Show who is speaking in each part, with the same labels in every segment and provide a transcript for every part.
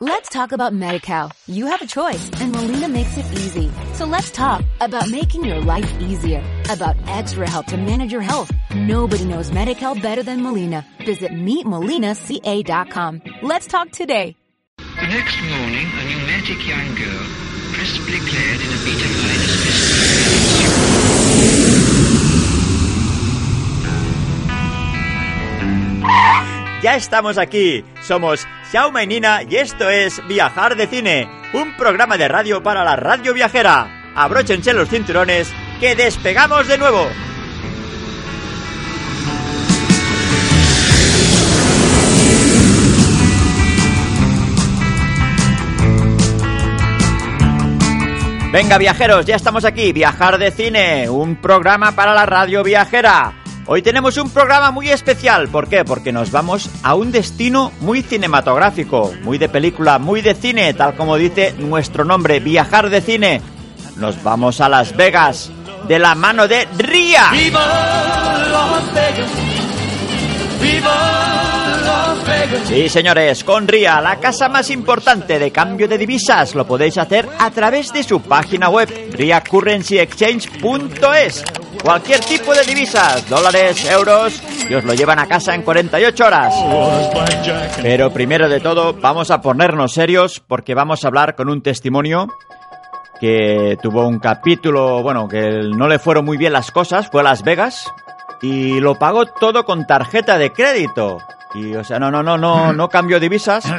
Speaker 1: Let's talk about MediCal. You have a choice and Molina makes it easy. So let's talk about making your life easier, about extra help to manage your health. Nobody knows MediCal better than Molina. Visit meetmolinaca.com. Let's talk today.
Speaker 2: The next morning, a pneumatic young girl, crisply clad in a beta minus
Speaker 3: Ya estamos aquí. Somos Xiaoma y Nina y esto es Viajar de Cine, un programa de radio para la radio viajera. Abróchense los cinturones que despegamos de nuevo. Venga viajeros, ya estamos aquí, Viajar de Cine, un programa para la radio viajera. Hoy tenemos un programa muy especial, ¿por qué? Porque nos vamos a un destino muy cinematográfico, muy de película, muy de cine, tal como dice nuestro nombre, Viajar de Cine. Nos vamos a Las Vegas, de la mano de Ría.
Speaker 4: Viva Las Vegas. Viva Las Vegas.
Speaker 3: Sí, señores, con RIA, la casa más importante de cambio de divisas, lo podéis hacer a través de su página web, riacurrencyexchange.es. Cualquier tipo de divisas, dólares, euros, y os lo llevan a casa en 48 horas.
Speaker 4: Was blackjack and
Speaker 3: Pero primero de todo, vamos a ponernos serios porque vamos a hablar con un testimonio que tuvo un capítulo, bueno, que no le fueron muy bien las cosas, fue a Las Vegas y lo pagó todo con tarjeta de crédito. Y, o sea, no, no, no, no, no cambió divisas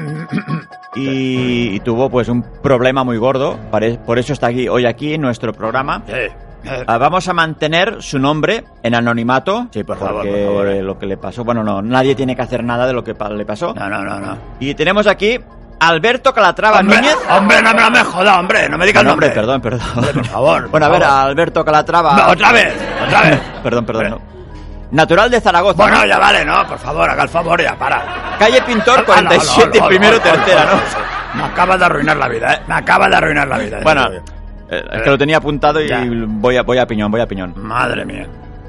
Speaker 3: y, y tuvo pues un problema muy gordo. Pare- Por eso está aquí hoy aquí en nuestro programa.
Speaker 5: Eh,
Speaker 3: Ah, Vamos a mantener su nombre en anonimato.
Speaker 5: Sí, por favor,
Speaker 3: porque
Speaker 5: por favor, eh.
Speaker 3: Lo que le pasó, bueno, no, nadie tiene que hacer nada de lo que pa- le pasó.
Speaker 5: No, no, no, no.
Speaker 3: Y tenemos aquí a Alberto Calatrava
Speaker 5: Hombre,
Speaker 3: Núñez.
Speaker 5: hombre, no, me- no me jodas, hombre, no me digas
Speaker 3: Ah,
Speaker 5: el
Speaker 3: no, hombre,
Speaker 5: nombre.
Speaker 3: perdón, perdón.
Speaker 5: por favor,
Speaker 3: Bueno, a
Speaker 5: por
Speaker 3: ver,
Speaker 5: favor.
Speaker 3: a Alberto Calatrava.
Speaker 5: No, otra vez, otra vez.
Speaker 3: Perdón, perdón.
Speaker 5: Hombre.
Speaker 3: no. Natural de Zaragoza.
Speaker 5: Bueno, ya vale, no, por favor, haga el favor, ya para. Ah,
Speaker 3: Calle Pintor
Speaker 5: Hola, hola,
Speaker 3: 47,
Speaker 5: hola,
Speaker 3: primero
Speaker 5: hola, hola,
Speaker 3: tercera,
Speaker 5: hola,
Speaker 3: ¿no?
Speaker 5: hola. Me acaba de arruinar la vida, eh. Me acaba de arruinar la vida.
Speaker 3: Bueno,
Speaker 5: Eh,
Speaker 3: eh, es que lo tenía apuntado y
Speaker 5: Ya.
Speaker 3: voy a, voy a piñón, voy a piñón.
Speaker 5: Madre mía.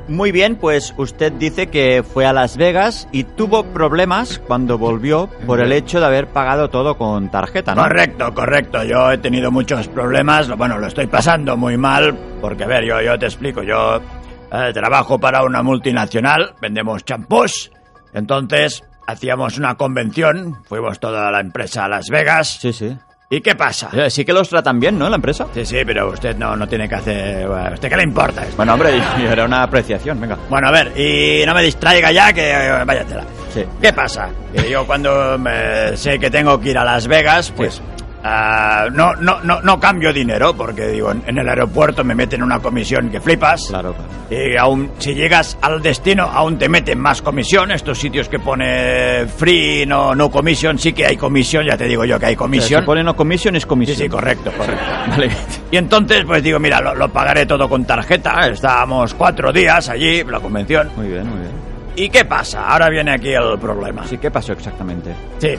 Speaker 3: Muy bien, pues usted dice que fue a Las Vegas y tuvo problemas cuando volvió por el hecho de haber pagado todo con tarjeta, Ah, ¿no?
Speaker 5: Correcto, correcto. Yo he tenido muchos problemas. lo- Bueno, lo estoy pasando muy mal. Porque, a ver, yo, yo te explico. Yo eh, trabajo para una multinacional. Vendemos champús. Entonces, hacíamos una convención. Fuimos toda la empresa a Las Vegas.
Speaker 3: Sí, sí.
Speaker 5: ¿Y qué pasa?
Speaker 3: Eh, Sí que los tratan bien, ¿no? La empresa.
Speaker 5: Sí, sí, pero usted no, no tiene que hacer... bueno, ¿A usted qué le importa esto?
Speaker 3: Bueno, hombre, yo- yo era una apreciación, venga.
Speaker 5: Bueno, a ver, y no me distraiga ya, que eh, vaya tela.
Speaker 3: Sí.
Speaker 5: ¿Qué pasa? Que yo cuando me- sé que tengo que ir a Las Vegas, pues ah, no, no, no, no cambio dinero, porque digo, en en el aeropuerto me meten una comisión que flipas.
Speaker 3: Claro, claro.
Speaker 5: Y aún si llegas al destino, aún te meten más comisión. Estos sitios que pone free, no, no comisión, sí que hay comisión, ya te digo yo que hay
Speaker 3: O sea,
Speaker 5: comisión.
Speaker 3: Si ponen no comisión, es
Speaker 5: Sí,
Speaker 3: comisión.
Speaker 5: sí, correcto, correcto.
Speaker 3: Vale.
Speaker 5: Y entonces, pues digo, mira, lo, lo pagaré todo con tarjeta. Estábamos cuatro días allí, la convención.
Speaker 3: Muy bien, muy bien.
Speaker 5: ¿Y qué pasa? Ahora viene aquí el problema.
Speaker 3: Sí, ¿qué pasó exactamente?
Speaker 5: Sí,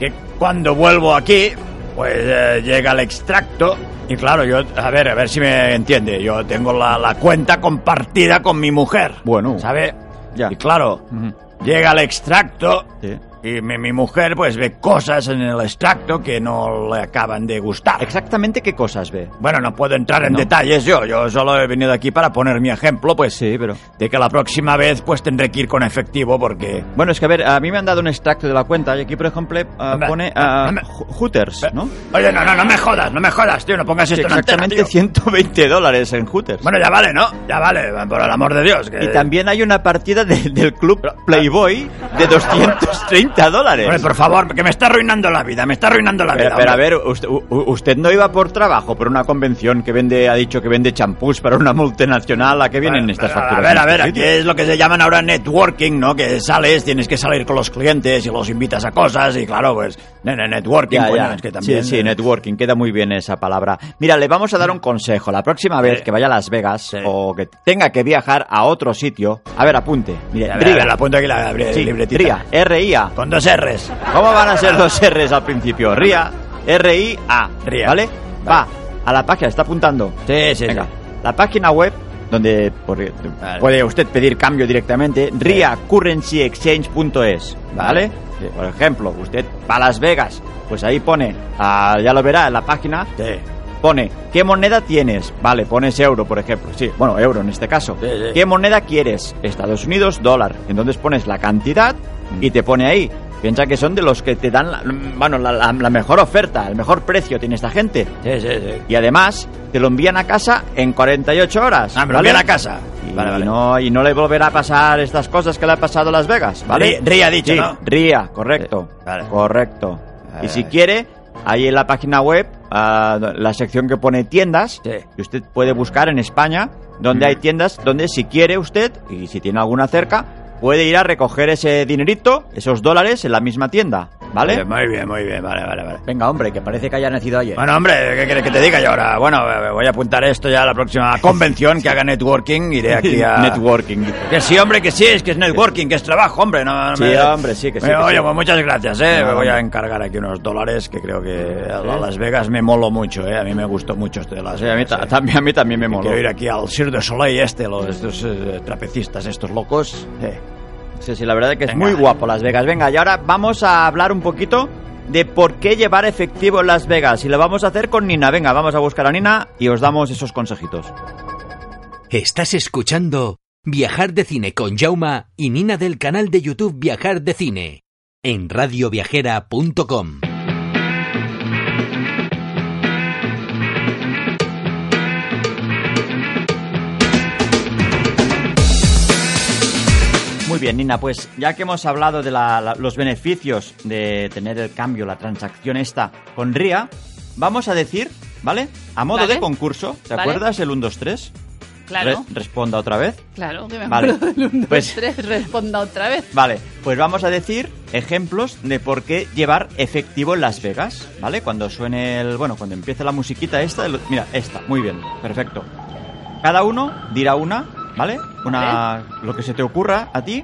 Speaker 5: que cuando vuelvo aquí, pues eh, llega el extracto. Y claro, yo, a ver, a ver si me entiende. Yo tengo la, la cuenta compartida con mi mujer.
Speaker 3: Bueno.
Speaker 5: ¿Sabe?
Speaker 3: Ya.
Speaker 5: Y claro,
Speaker 3: Ujú.
Speaker 5: llega el extracto.
Speaker 3: Sí.
Speaker 5: Y mi, mi mujer, pues ve cosas en el extracto que no le acaban de gustar.
Speaker 3: ¿Exactamente qué cosas ve?
Speaker 5: Bueno, no puedo entrar en
Speaker 3: No.
Speaker 5: detalles yo. Yo solo he venido aquí para poner mi ejemplo, pues
Speaker 3: Sí, pero...
Speaker 5: de que la próxima vez pues tendré que ir con efectivo porque
Speaker 3: Bueno, es que a ver, a mí me han dado un extracto de la cuenta y aquí, por ejemplo, ah,
Speaker 5: Hombre,
Speaker 3: pone ah,
Speaker 5: hombre.
Speaker 3: Ho- Hooters, ¿no?
Speaker 5: ¿Eh? Oye, no, no, no me jodas, no me jodas, tío, no pongas
Speaker 3: Sí,
Speaker 5: esto en antena,
Speaker 3: exactamente
Speaker 5: tío.
Speaker 3: 120 dólares en Hooters.
Speaker 5: Bueno, eh, ya vale, ¿no? Ya vale, por el amor de Dios. que-
Speaker 3: Y también hay una partida de- del club Playboy de 230 dólares.
Speaker 5: ah. Hombre, por favor, que me está arruinando la vida, me está arruinando la
Speaker 3: Pero,
Speaker 5: vida.
Speaker 3: pero a
Speaker 5: hombre.
Speaker 3: ver, usted, u- u- usted no iba por trabajo, por una convención que vende, ha dicho que vende champús para una multinacional. ¿A qué vienen
Speaker 5: Bueno,
Speaker 3: estas
Speaker 5: pero,
Speaker 3: facturas? este
Speaker 5: A ver, a ver,
Speaker 3: Sí,
Speaker 5: aquí es lo que se llaman ahora networking, ¿no? Que sales, tienes que salir con los clientes y los invitas a cosas y claro, pues, ne- ne- networking,
Speaker 3: Ya,
Speaker 5: coño,
Speaker 3: ya.
Speaker 5: es que también...
Speaker 3: Sí, sí,
Speaker 5: eh,
Speaker 3: networking, queda muy bien esa palabra. Mira, le vamos a dar un consejo. La próxima vez
Speaker 5: Sí.
Speaker 3: que vaya a Las Vegas
Speaker 5: Sí.
Speaker 3: o que tenga que viajar a otro sitio, a ver, apunte. Mire,
Speaker 5: a ver, a
Speaker 3: RIA.
Speaker 5: ver, la apunto aquí la abri-
Speaker 3: Sí,
Speaker 5: libretita.
Speaker 3: RIA, RIA.
Speaker 5: Con dos R's.
Speaker 3: ¿Cómo van a ser los R's al principio? RIA, R-I-A.
Speaker 5: RIA.
Speaker 3: ¿Vale? Va, a la página, está apuntando.
Speaker 5: Sí, sí,
Speaker 3: Venga,
Speaker 5: sí.
Speaker 3: la página web donde por- eh,
Speaker 5: Vale.
Speaker 3: puede usted pedir cambio directamente, riacurrencyexchange.es, ¿vale?
Speaker 5: Sí.
Speaker 3: Por ejemplo, usted va a Las Vegas, pues ahí pone, ah, ya lo verá en la página,
Speaker 5: Sí.
Speaker 3: pone, ¿qué moneda tienes? Vale, pones euro, por ejemplo, sí, bueno, euro en este caso.
Speaker 5: Sí, sí.
Speaker 3: ¿Qué moneda quieres? Estados Unidos, dólar. Entonces pones la cantidad y te pone ahí. Piensa que son de los que te dan la, bueno, la- la- la mejor oferta, el mejor precio tiene esta gente.
Speaker 5: Sí, sí, sí.
Speaker 3: Y además, te lo envían a casa en 48 horas.
Speaker 5: Ah, me lo
Speaker 3: ¿vale?
Speaker 5: envían a casa.
Speaker 3: Y,
Speaker 5: Vale, vale.
Speaker 3: No, y no le volverá a pasar estas cosas que le ha pasado a Las Vegas, ¿vale?
Speaker 5: Ri- Ría ha dicho,
Speaker 3: Sí,
Speaker 5: ¿no?
Speaker 3: Ría, correcto.
Speaker 5: Eh, vale. Eh.
Speaker 3: Correcto.
Speaker 5: Vale,
Speaker 3: y si
Speaker 5: vale.
Speaker 3: quiere, ahí en la página web, ah, la sección que pone tiendas,
Speaker 5: Sí. Mm.
Speaker 3: y usted puede buscar en España, donde hay tiendas, donde si quiere usted, y si tiene alguna cerca, puede ir a recoger ese dinerito, esos dólares, en la misma tienda, ¿vale?
Speaker 5: Eh, Muy bien, muy bien, vale, vale, vale.
Speaker 3: Venga, hombre, que parece que haya nacido ayer.
Speaker 5: Bueno, hombre, ¿qué quieres que te diga yo ahora? Bueno, eh, voy a apuntar esto ya a la próxima convención que haga networking. Iré aquí a...
Speaker 3: Networking.
Speaker 5: Que sí, hombre, que sí, es que es networking, que es trabajo, hombre. No, no
Speaker 3: Sí,
Speaker 5: me-
Speaker 3: hombre, sí, que sí, que
Speaker 5: Oye,
Speaker 3: sí.
Speaker 5: pues muchas gracias, ¿eh?
Speaker 3: No,
Speaker 5: me voy a
Speaker 3: hombre.
Speaker 5: encargar aquí unos dólares que creo que a Las Vegas me molo mucho, ¿eh? A mí me gustó mucho esto de Las
Speaker 3: Sí, a,
Speaker 5: Vegas.
Speaker 3: mí ta-
Speaker 5: ¿eh?
Speaker 3: también, a mí también me
Speaker 5: Que
Speaker 3: moló.
Speaker 5: Quiero ir aquí al Sir de Soleil este, los, estos eh, trapecistas, estos locos. Eh,
Speaker 3: Sí, sí, la verdad es que es
Speaker 5: Venga.
Speaker 3: muy guapo Las Vegas. Venga, y ahora vamos a hablar un poquito de por qué llevar efectivo en Las Vegas. Y lo vamos a hacer con Nina. Venga, vamos a buscar a Nina y os damos esos consejitos.
Speaker 6: Estás escuchando Viajar de Cine con Jauma y Nina del canal de YouTube Viajar de Cine en radioviajera.com.
Speaker 3: Muy bien, Nina, pues ya que hemos hablado de la- la- los beneficios de tener el cambio, la transacción esta con RIA, vamos a decir, ¿vale? A modo
Speaker 7: Vale.
Speaker 3: de concurso, ¿te
Speaker 7: Vale.
Speaker 3: acuerdas el 1, 2, 3?
Speaker 7: Claro,
Speaker 3: responda otra vez.
Speaker 7: claro, que me
Speaker 3: Vale,
Speaker 7: acuerdo del uno, dos,
Speaker 3: pues-
Speaker 7: tres, responda otra vez.
Speaker 3: Vale, pues vamos a decir ejemplos de por qué llevar efectivo en Las Vegas, ¿vale? Cuando suene el... Bueno, cuando empiece la musiquita esta... el- mira, esta, muy bien, perfecto. Cada uno dirá una, ¿vale? Una... Lo que se te ocurra a ti.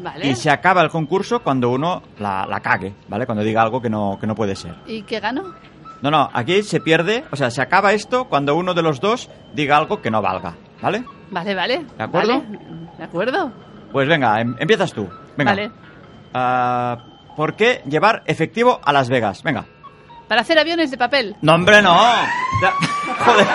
Speaker 7: Vale.
Speaker 3: Y se acaba el concurso cuando uno la, la cague, ¿vale? Cuando diga algo que no, que no puede ser.
Speaker 7: ¿Y qué gano?
Speaker 3: No, no, aquí se pierde, o sea, se acaba esto cuando uno de los dos diga algo que no valga, ¿vale?
Speaker 7: Vale, vale.
Speaker 3: ¿De acuerdo?
Speaker 7: vale, ¿De acuerdo?
Speaker 3: Pues venga, em- empiezas tú. Venga.
Speaker 7: Vale.
Speaker 3: Ah, ¿Por qué llevar efectivo a Las Vegas? Venga.
Speaker 7: Para hacer aviones de papel.
Speaker 3: No, hombre, no. Ya- Joder.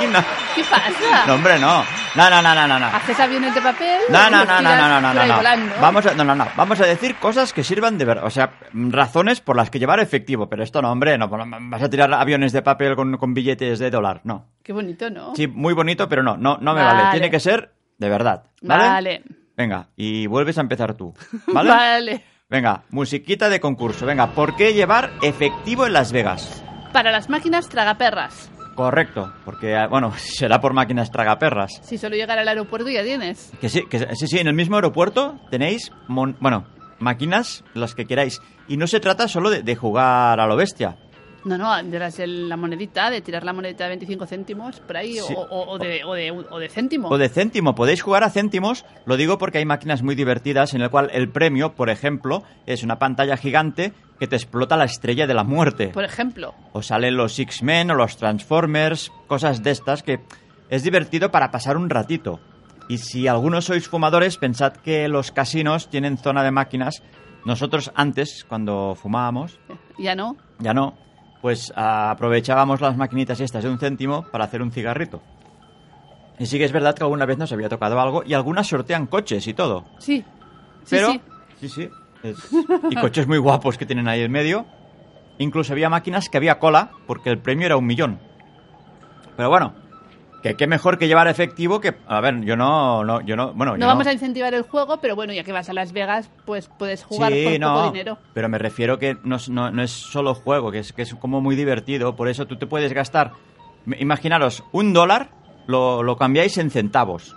Speaker 3: Nina.
Speaker 7: ¿Qué pasa?
Speaker 3: No, hombre, no. No, no, no, no, no. no.
Speaker 7: ¿Haces aviones de papel?
Speaker 3: No, no,
Speaker 7: los
Speaker 3: no, no,
Speaker 7: tiras
Speaker 3: no, no,
Speaker 7: por
Speaker 3: no,
Speaker 7: ahí
Speaker 3: no.
Speaker 7: volando.
Speaker 3: Vamos a, no, no, no. Vamos a decir cosas que sirvan de verdad. O sea, mm, razones por las que llevar efectivo. Pero esto no, hombre, no. no, Vas a tirar aviones de papel con, con billetes de dólar. No.
Speaker 7: Qué bonito, ¿no?
Speaker 3: Sí, muy bonito, pero no, no, no me vale.
Speaker 7: Vale.
Speaker 3: Tiene que ser de verdad. ¿Vale?
Speaker 7: Vale.
Speaker 3: Venga, y vuelves a empezar tú.
Speaker 7: Vale.
Speaker 3: Venga, musiquita de concurso. Venga, ¿por qué llevar efectivo en Las Vegas?
Speaker 7: Para las máquinas tragaperras.
Speaker 3: Correcto, porque, ah, bueno, será por máquinas tragaperras.
Speaker 7: Si solo llegar al aeropuerto ya tienes.
Speaker 3: Que sí, que sí, sí, en el mismo aeropuerto tenéis, mon- bueno, máquinas, las que queráis. Y no se trata solo de, de jugar a lo bestia.
Speaker 7: No, no, de las- el- la monedita, de tirar la monedita de 25 céntimos por ahí, o-
Speaker 3: Sí.
Speaker 7: o, o de, o, de, o de céntimo.
Speaker 3: O de céntimo, podéis jugar a céntimos. Lo digo porque hay máquinas muy divertidas en el cual el premio, por ejemplo, es una pantalla gigante que te explota la estrella de la muerte.
Speaker 7: Por ejemplo.
Speaker 3: O salen los X-Men o los Transformers, cosas de estas que es divertido para pasar un ratito. Y si algunos sois fumadores, pensad que los casinos tienen zona de máquinas. Nosotros antes, cuando fumábamos,
Speaker 7: Ya no.
Speaker 3: ya no, pues ah, aprovechábamos las maquinitas estas de un céntimo para hacer un cigarrito. Y sí que es verdad que alguna vez nos había tocado algo y algunas sortean coches y todo.
Speaker 7: Sí. Sí,
Speaker 3: Pero,
Speaker 7: sí.
Speaker 3: sí, sí. es- y coches muy guapos que tienen ahí en medio. Incluso había máquinas que había cola porque el premio era un millón. Pero bueno, que qué mejor que llevar efectivo que... A ver, yo no... no yo no bueno,
Speaker 7: No,
Speaker 3: yo
Speaker 7: vamos a incentivar el juego, pero bueno, ya que vas a Las Vegas, pues puedes jugar
Speaker 3: sí,
Speaker 7: por
Speaker 3: no,
Speaker 7: poco dinero.
Speaker 3: Pero me refiero que no, es- no- no es solo juego, que es, que es como muy divertido. Por eso tú te puedes gastar... m- Imaginaros, un dólar lo, lo cambiáis en centavos.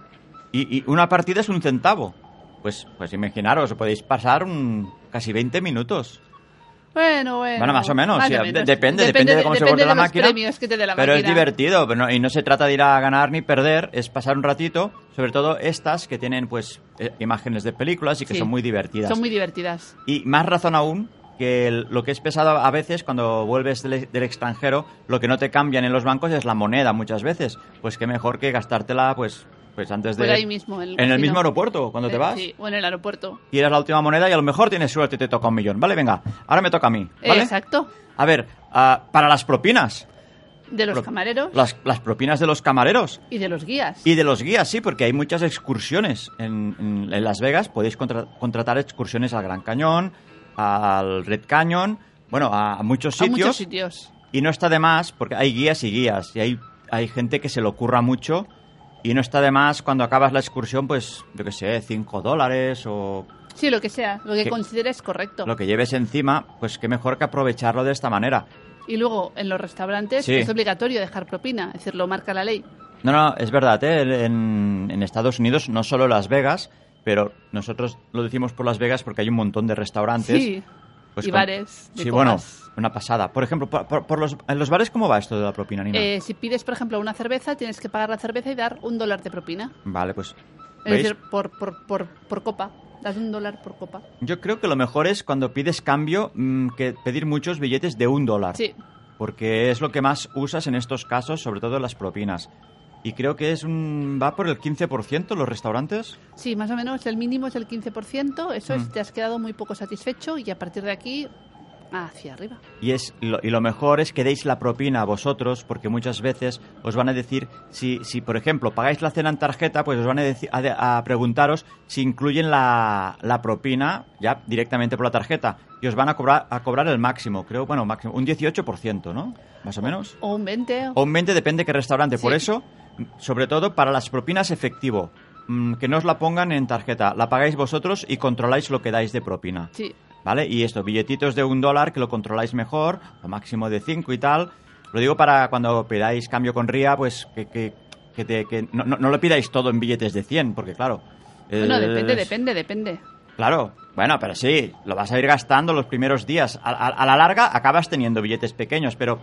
Speaker 3: Y, y una partida es un centavo. Pues, pues imaginaros, podéis pasar un, casi 20 minutos.
Speaker 7: Bueno, bueno.
Speaker 3: Bueno, más o menos. sí, de-
Speaker 7: menos.
Speaker 3: depende, depende, de cómo se
Speaker 7: depende
Speaker 3: porte la
Speaker 7: de los
Speaker 3: máquina.
Speaker 7: premios que te dé la
Speaker 3: pero es
Speaker 7: máquina.
Speaker 3: divertido pero no- y no se trata de ir a ganar ni perder, es pasar un ratito, sobre todo estas que tienen pues eh, imágenes de películas y que
Speaker 7: Sí.
Speaker 3: son muy divertidas.
Speaker 7: Son muy divertidas.
Speaker 3: Y más razón aún que el- lo que es pesado a veces cuando vuelves del, del extranjero, lo que no te cambian en los bancos es la moneda muchas veces. Pues qué mejor que gastártela pues Pues antes de...
Speaker 7: Pues ahí mismo. En el,
Speaker 3: en el
Speaker 7: casino.
Speaker 3: mismo aeropuerto, cuando te
Speaker 7: Eh,
Speaker 3: vas,
Speaker 7: Sí, o en el aeropuerto.
Speaker 3: tiras la última moneda y a lo mejor tienes suerte y te toca un millón. Vale, venga, ahora me toca a mí. ¿vale?
Speaker 7: Exacto.
Speaker 3: A ver, ah, para las propinas.
Speaker 7: De los
Speaker 3: Pro-
Speaker 7: camareros
Speaker 3: Las, las propinas de los camareros.
Speaker 7: y de los guías.
Speaker 3: Y de los guías, sí, porque hay muchas excursiones en, en- en Las Vegas. Podéis contra- contratar excursiones al Gran Cañón, al Red Canyon, bueno, a, a muchos
Speaker 7: a
Speaker 3: sitios.
Speaker 7: muchos sitios.
Speaker 3: Y no está de más, porque hay guías y guías, y hay, hay gente que se lo curra mucho, y no está de más cuando acabas la excursión, pues, yo qué sé, 5 dólares o
Speaker 7: Sí, lo que sea, lo que
Speaker 3: Que-
Speaker 7: consideres correcto.
Speaker 3: lo que lleves encima, pues qué mejor que aprovecharlo de esta manera.
Speaker 7: Y luego, en los restaurantes
Speaker 3: Sí.
Speaker 7: es obligatorio dejar propina, es decir, lo marca la ley.
Speaker 3: No, no, es verdad, ¿eh? en, en Estados Unidos, no solo Las Vegas, pero nosotros lo decimos por Las Vegas porque hay un montón de restaurantes.
Speaker 7: Sí,
Speaker 3: pues
Speaker 7: y
Speaker 3: con-
Speaker 7: bares de
Speaker 3: Sí, bueno,
Speaker 7: copas.
Speaker 3: una pasada. Por ejemplo, por, por- por los, ¿en los bares cómo va esto de la propina, Nina?
Speaker 7: Eh, si pides, por ejemplo, una cerveza, tienes que pagar la cerveza y dar un dólar de propina.
Speaker 3: Vale, pues...
Speaker 7: Es
Speaker 3: ¿veis?
Speaker 7: decir, por, por, por, por copa. Das un dólar por copa.
Speaker 3: Yo creo que lo mejor es cuando pides cambio mm, que pedir muchos billetes de un dólar.
Speaker 7: Sí,
Speaker 3: Porque es lo que más usas en estos casos, sobre todo las propinas. Y creo que es un. va por el 15% los restaurantes.
Speaker 7: sí, más o menos el mínimo es el 15%. Eso
Speaker 3: Mm.
Speaker 7: es, te has quedado muy poco satisfecho y a partir de aquí, hacia arriba.
Speaker 3: Y, es, lo, y lo mejor es que deis la propina a vosotros, porque muchas veces os van a decir, si, si por ejemplo pagáis la cena en tarjeta, pues os van a, deci- a de- a preguntaros si incluyen la, la propina ya directamente por la tarjeta. Y os van a cobrar, a cobrar el máximo, creo, bueno, máximo, un 18%, ¿no? Más o menos.
Speaker 7: O un 20.
Speaker 3: O un 20 depende de qué restaurante. Por
Speaker 7: Sí.
Speaker 3: eso, sobre todo para las propinas efectivo, mm, que no os la pongan en tarjeta, la pagáis vosotros y controláis lo que dais de propina.
Speaker 7: Sí,
Speaker 3: ¿Vale? Y esto, billetitos de un dólar que lo controláis mejor, o máximo de 5 y tal. Lo digo para cuando pedáis cambio con RIA, pues que, que, que te- que no, no- no lo pidáis todo en billetes de 100, porque claro.
Speaker 7: Bueno,
Speaker 3: eh,
Speaker 7: depende, depende, depende.
Speaker 3: Claro, bueno, pero sí, lo vas a ir gastando los primeros días. A, a- a la larga acabas teniendo billetes pequeños, pero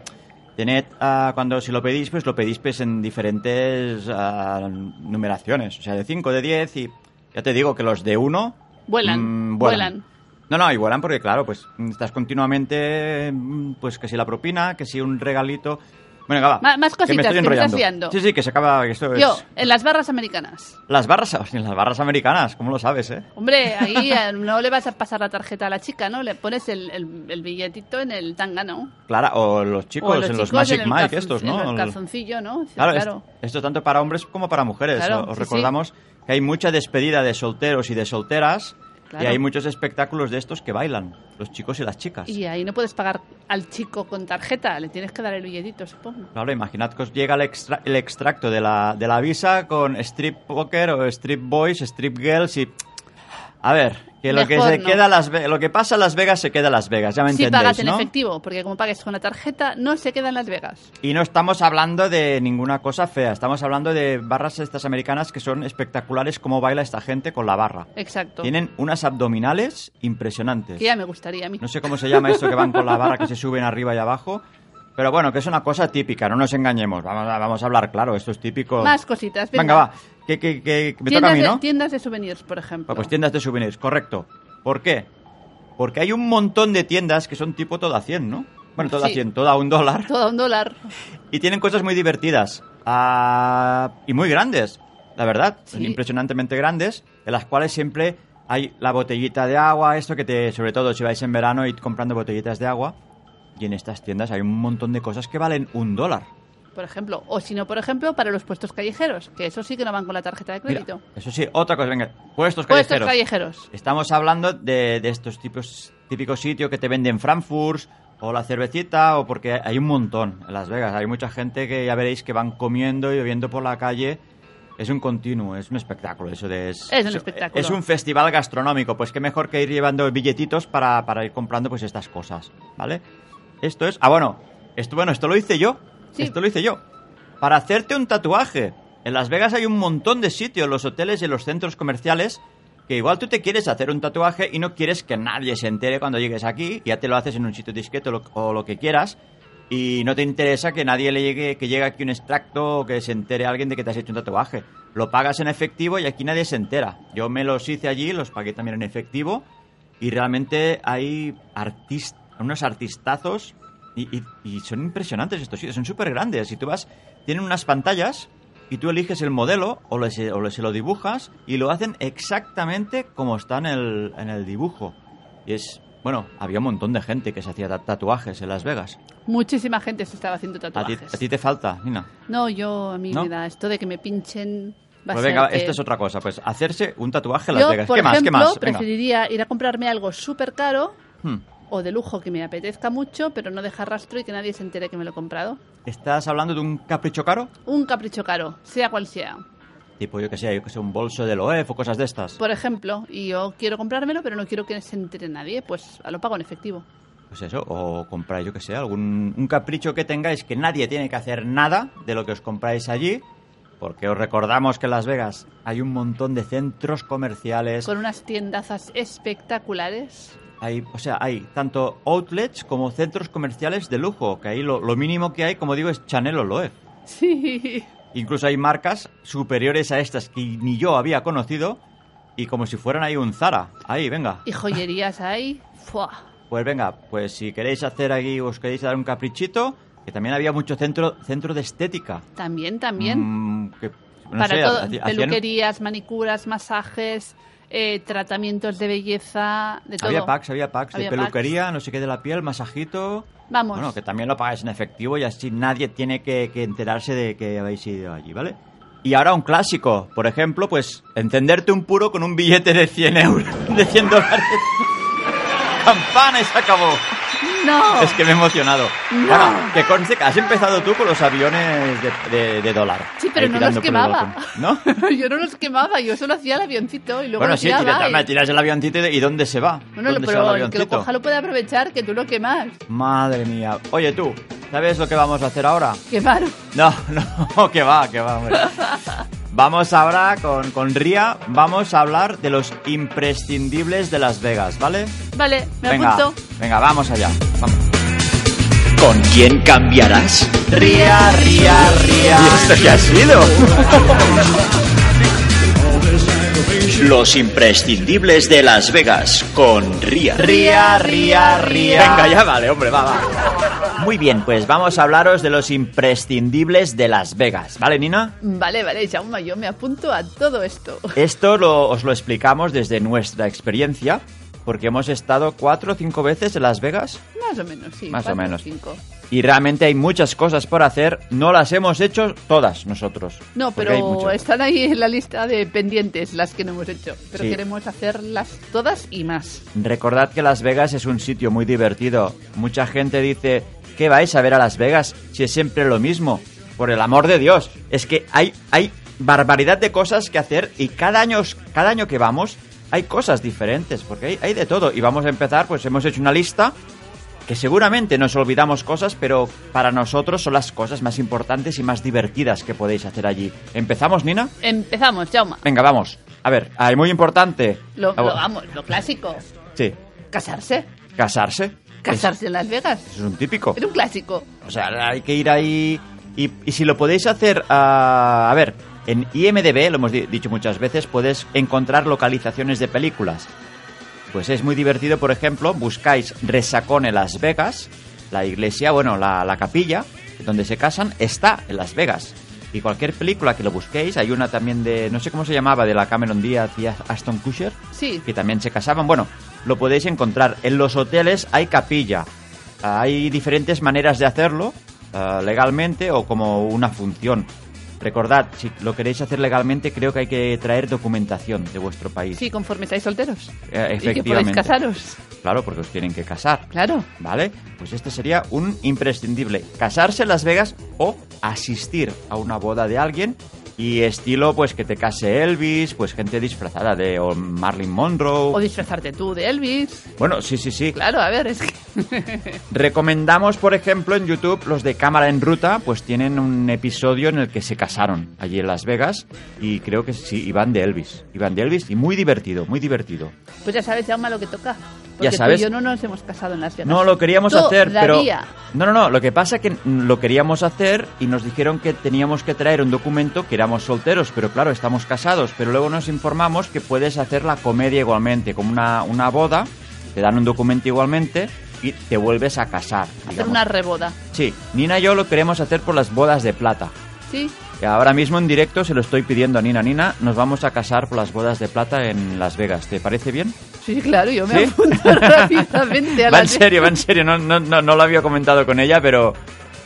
Speaker 3: tened, ah, cuando si lo pedís, pues lo pedís pues, en diferentes ah, numeraciones, o sea, de 5, de 10 y ya te digo que los de 1
Speaker 7: Vuelan,
Speaker 3: Mm,
Speaker 7: vuelan.
Speaker 3: No, no, y vuelan porque claro, pues estás continuamente, mm, pues que si la propina, que si un regalito. Bueno, venga, va,
Speaker 7: Ma- más
Speaker 3: que me
Speaker 7: cositas,
Speaker 3: estoy
Speaker 7: que me estás
Speaker 3: enrollando.
Speaker 7: liando.
Speaker 3: Sí, pues. sí, que se acaba que esto es-
Speaker 7: Yo, en las barras americanas.
Speaker 3: Las barras, las barras americanas, ¿cómo lo sabes, eh?
Speaker 7: Hombre, ahí eh, no le vas a pasar la tarjeta a la chica, ¿no? Le pones el, el- el billetito en el tángano.
Speaker 3: Clara, o los chicos,
Speaker 7: O
Speaker 3: en los
Speaker 7: chicos
Speaker 3: Magic
Speaker 7: en el
Speaker 3: Mike,
Speaker 7: calzon-
Speaker 3: estos,
Speaker 7: en
Speaker 3: ¿no?
Speaker 7: el
Speaker 3: El-
Speaker 7: calzoncillo, ¿no? Sí,
Speaker 3: Claro,
Speaker 7: claro.
Speaker 3: es- esto tanto para hombres como para mujeres.
Speaker 7: Claro,
Speaker 3: Os
Speaker 7: sí,
Speaker 3: recordamos que hay mucha despedida de solteros y de solteras
Speaker 7: Claro.
Speaker 3: y hay muchos espectáculos de estos que bailan, los chicos y las chicas.
Speaker 7: Y ahí no puedes pagar al chico con tarjeta, le tienes que dar el billetito, supongo.
Speaker 3: Claro, imaginad que os llega el, extra- el extracto de la, de la visa con strip poker o strip boys, strip girls y... A ver, que lo que,
Speaker 7: Mejor
Speaker 3: se
Speaker 7: no.
Speaker 3: queda a las Ve- lo que pasa en Las Vegas se queda en Las Vegas, ya me
Speaker 7: Sí
Speaker 3: entendéis,
Speaker 7: pagas en
Speaker 3: ¿no?
Speaker 7: efectivo, porque como pagues con la tarjeta, no se queda en Las Vegas.
Speaker 3: Y no estamos hablando de ninguna cosa fea, estamos hablando de barras estas americanas que son espectaculares cómo baila esta gente con la barra.
Speaker 7: Exacto.
Speaker 3: Tienen unas abdominales impresionantes.
Speaker 7: Que ya me gustaría a mí.
Speaker 3: No sé cómo se llama esto que van con la barra que se suben arriba y abajo. Pero bueno, que es una cosa típica, no nos engañemos. Vamos a, vamos a hablar, claro, esto es típico.
Speaker 7: Más cositas, venga.
Speaker 3: pues, Venga, va. Que, que- que me toca
Speaker 7: tiendas,
Speaker 3: a mí,
Speaker 7: de,
Speaker 3: ¿no?
Speaker 7: tiendas de souvenirs, por ejemplo.
Speaker 3: Ah, Pues tiendas de souvenirs, correcto. ¿Por qué? Porque hay un montón de tiendas que son tipo toda 100, ¿no? Bueno, toda
Speaker 7: Sí.
Speaker 3: 100, toda un dólar.
Speaker 7: Todo a un dólar.
Speaker 3: Y tienen cosas muy divertidas ah, y muy grandes, la verdad. Son
Speaker 7: Sí.
Speaker 3: impresionantemente grandes, en las cuales siempre hay la botellita de agua, esto que te, sobre todo si vais en verano, ir comprando botellitas de agua. Y en estas tiendas hay un montón de cosas que valen un dólar.
Speaker 7: por ejemplo. O si no, por ejemplo, para los puestos callejeros, que eso sí que no van con la tarjeta de
Speaker 3: Mira,
Speaker 7: crédito.
Speaker 3: eso sí, otra cosa, venga, puestos
Speaker 7: puestos
Speaker 3: callejeros.
Speaker 7: callejeros.
Speaker 3: Estamos hablando de, de estos tipos, típicos sitios que te venden Frankfurt o la cervecita, o porque hay un montón en Las Vegas. Hay mucha gente que ya veréis que van comiendo y bebiendo por la calle. Es un continuo, es un espectáculo. Eso de, es,
Speaker 7: Es un
Speaker 3: eso-
Speaker 7: espectáculo.
Speaker 3: Es un festival gastronómico. Pues qué mejor que ir llevando billetitos para, para ir comprando pues estas cosas, ¿vale? Esto es... Ah, bueno, esto, bueno, esto lo hice yo.
Speaker 7: Sí.
Speaker 3: Esto lo hice yo. Para hacerte un tatuaje. En Las Vegas hay un montón de sitios, los hoteles y los centros comerciales, que igual tú te quieres hacer un tatuaje y no quieres que nadie se entere cuando llegues aquí. Ya te lo haces en un sitio discreto lo- o lo que quieras. Y no te interesa que nadie le llegue, que llegue aquí un extracto o que se entere alguien de que te has hecho un tatuaje. Lo pagas en efectivo y aquí nadie se entera. Yo me los hice allí, los pagué también en efectivo. Y realmente hay artis- unos artistazos y, y- y son impresionantes estos sitios, son súper grandes. Si tú vas, tienen unas pantallas y tú eliges el modelo o, lo- se o lo- se lo dibujas y lo hacen exactamente como está en el, en el dibujo. Y es, bueno, había un montón de gente que se hacía ta- tatuajes en Las Vegas.
Speaker 7: Muchísima gente se estaba haciendo
Speaker 3: A ti,
Speaker 7: tatuajes.
Speaker 3: a ti te falta, Nina. Pues
Speaker 7: No, yo a mí
Speaker 3: ¿No?
Speaker 7: me da esto de que me pinchen. va a
Speaker 3: Pues
Speaker 7: ser
Speaker 3: venga,
Speaker 7: que-
Speaker 3: esto es otra cosa, pues hacerse un tatuaje en Las
Speaker 7: Yo,
Speaker 3: Vegas.
Speaker 7: por
Speaker 3: ¿Qué más? ¿Qué
Speaker 7: ejemplo,
Speaker 3: más? Venga.
Speaker 7: preferiría ir a comprarme algo súper caro
Speaker 3: Hmm.
Speaker 7: o de lujo que me apetezca mucho, pero no dejar rastro y que nadie se entere que me lo he comprado.
Speaker 3: ¿Estás hablando de un capricho caro?
Speaker 7: Un capricho caro, sea cual sea.
Speaker 3: Tipo, yo que sé, yo que sé, un bolso de Loef o cosas de estas.
Speaker 7: Por ejemplo, y yo quiero comprármelo, pero no quiero que se entere nadie, pues lo pago en efectivo.
Speaker 3: Pues eso, o comprar, yo que sé, algún un capricho que tengáis que nadie tiene que hacer nada de lo que os compráis allí, porque os recordamos que en Las Vegas hay un montón de centros comerciales,
Speaker 7: Con unas tiendazas espectaculares.
Speaker 3: hay, o sea, hay tanto outlets como centros comerciales de lujo, que ahí lo, lo mínimo que hay, como digo, es Chanel o Loewe.
Speaker 7: Sí.
Speaker 3: Incluso hay marcas superiores a estas que ni yo había conocido y como si fueran ahí un Zara. Ahí, venga.
Speaker 7: Y joyerías ahí. ¡Fua!
Speaker 3: Pues venga, pues si queréis hacer aquí, os queréis dar un caprichito, que también había mucho centro, centro de estética.
Speaker 7: También, también.
Speaker 3: Mm, que, no
Speaker 7: Para
Speaker 3: sé,
Speaker 7: todo,
Speaker 3: haci- hacían-
Speaker 7: peluquerías, manicuras, masajes, eh, tratamientos de belleza, de todo.
Speaker 3: Había packs, había packs
Speaker 7: Había
Speaker 3: de
Speaker 7: packs.
Speaker 3: peluquería, no sé qué de la piel, masajito.
Speaker 7: Vamos.
Speaker 3: Bueno, que también lo pagáis en efectivo y así nadie tiene que, que enterarse de que habéis ido allí, ¿vale? Y ahora un clásico, por ejemplo, pues encenderte un puro con un billete de 100 euros, de 100 dólares. Campana y se acabó.
Speaker 7: ¡No!
Speaker 3: Es que me he emocionado.
Speaker 7: Oh. No.
Speaker 3: Ahora, que conste que has empezado tú con los aviones de, de- de dólar.
Speaker 7: Sí, pero
Speaker 3: Ahí
Speaker 7: no
Speaker 3: tirando por el
Speaker 7: los quemaba.
Speaker 3: balcón. ¿No?
Speaker 7: yo no los quemaba, yo solo hacía el avioncito y luego
Speaker 3: bueno,
Speaker 7: lo
Speaker 3: sí,
Speaker 7: tiraba.
Speaker 3: tiras,
Speaker 7: y-
Speaker 3: me tiras el avioncito y ¿y ¿dónde se va?
Speaker 7: eh. Bueno,
Speaker 3: ¿Dónde se
Speaker 7: pero
Speaker 3: va el
Speaker 7: el que lo
Speaker 3: avioncito?
Speaker 7: coja lo puede aprovechar, que tú lo quemas.
Speaker 3: Madre mía. Oye, tú, ¿sabes lo que vamos a hacer ahora?
Speaker 7: Quemar.
Speaker 3: No, no, que va, que va, hombre. Vamos ahora con, con Ría, vamos a hablar de los imprescindibles de Las Vegas, ¿vale?
Speaker 7: Vale, me
Speaker 3: venga,
Speaker 7: apunto.
Speaker 3: venga, vamos allá. Vamos.
Speaker 5: ¿Con quién cambiarás?
Speaker 3: Ría, ría, ría.
Speaker 5: esto qué ha sido? Los imprescindibles de Las Vegas con Ria.
Speaker 3: Ría, ría, ría.
Speaker 5: Venga, ya vale, hombre, va, va.
Speaker 3: Muy bien, pues vamos a hablaros de los imprescindibles de Las Vegas, ¿vale, Nina?
Speaker 7: Vale, vale, Jauma, yo me apunto a todo esto.
Speaker 3: Esto lo- os lo explicamos desde nuestra experiencia, porque hemos estado cuatro o cinco veces en Las Vegas
Speaker 7: Más o menos, sí.
Speaker 3: Más o
Speaker 7: cuatro,
Speaker 3: menos.
Speaker 7: cinco.
Speaker 3: y realmente hay muchas cosas por hacer, no las hemos hecho todas nosotros.
Speaker 7: No,
Speaker 3: porque hay
Speaker 7: pero
Speaker 3: muchas.
Speaker 7: están ahí en la lista de pendientes las que no hemos hecho. Pero
Speaker 3: Sí.
Speaker 7: queremos hacerlas todas y más.
Speaker 3: Recordad que Las Vegas es un sitio muy divertido. Mucha gente dice, ¿qué vais a ver a Las Vegas si es siempre lo mismo? Por el amor de Dios, es que hay, hay barbaridad de cosas que hacer y cada año, cada año que vamos hay cosas diferentes, porque hay, hay de todo. Y vamos a empezar, pues hemos hecho una lista que seguramente nos olvidamos cosas, pero para nosotros son las cosas más importantes y más divertidas que podéis hacer allí. ¿Empezamos, Nina?
Speaker 7: Empezamos, Jauma.
Speaker 3: Venga, vamos. A ver, hay muy importante.
Speaker 7: Lo, lo-
Speaker 3: Vamos.
Speaker 7: vamos, lo clásico.
Speaker 3: Ah, Sí.
Speaker 7: Casarse.
Speaker 3: Casarse.
Speaker 7: Casarse en Las Vegas.
Speaker 3: Es un típico.
Speaker 7: Era un clásico.
Speaker 3: O sea, hay que ir ahí. Y, y si lo podéis hacer, ah, a ver, en IMDB, lo hemos di- dicho muchas veces, puedes encontrar localizaciones de películas. Pues es muy divertido, por ejemplo, buscáis Resacón en Las Vegas, la iglesia, bueno, la, la capilla donde se casan está en Las Vegas. Y cualquier película que lo busquéis, hay una también de, no sé cómo se llamaba, de la Cameron Díaz y Aston Kutcher,
Speaker 7: Sí.
Speaker 3: que también se casaban. Bueno, lo podéis encontrar. En los hoteles hay capilla. Hay diferentes maneras de hacerlo, eh, legalmente o como una función. Recordad, si lo queréis hacer legalmente, creo que hay que traer documentación de vuestro país.
Speaker 7: Sí, conforme estáis solteros.
Speaker 3: Eh,
Speaker 7: Y que podéis
Speaker 3: efectivamente.
Speaker 7: casaros.
Speaker 3: Claro, porque os tienen que casar.
Speaker 7: Claro.
Speaker 3: ¿Vale? Pues este sería un imprescindible. Casarse en Las Vegas o asistir a una boda de alguien. Y estilo, pues que te case Elvis, pues gente disfrazada de o Marilyn Monroe.
Speaker 7: O disfrazarte tú de Elvis.
Speaker 3: Bueno, sí, sí, sí.
Speaker 7: Claro, a ver, es que...
Speaker 3: Recomendamos, por ejemplo, en YouTube los de Cámara en Ruta, pues tienen un episodio en el que se casaron allí en Las Vegas y creo que sí, Iván de Elvis. Iván de Elvis y muy divertido, muy divertido.
Speaker 7: Pues ya sabes, Jauma, lo que toca. Porque
Speaker 3: Ya sabes.
Speaker 7: Tú y yo no nos hemos casado en Las Vegas.
Speaker 3: No lo queríamos hacer, pero
Speaker 7: Todavía.
Speaker 3: no, no, no. Lo que pasa que lo queríamos hacer y nos dijeron que teníamos que traer un documento que éramos solteros, pero claro, estamos casados. Pero luego nos informamos que puedes hacer la comedia igualmente, como una, una boda, te dan un documento igualmente y te vuelves a casar.
Speaker 7: Hacer
Speaker 3: digamos.
Speaker 7: una reboda.
Speaker 3: Sí, Nina y yo lo queremos hacer por las bodas de plata.
Speaker 7: Sí,
Speaker 3: Que ahora mismo en directo se lo estoy pidiendo a Nina. Nina, nos vamos a casar por las bodas de plata en Las Vegas. ¿Te parece bien?
Speaker 7: sí, claro, yo me
Speaker 3: ¿Sí?
Speaker 7: apunto rápidamente a
Speaker 3: Va
Speaker 7: la
Speaker 3: en serio, va en serio. No, no, no, no lo había comentado con ella, pero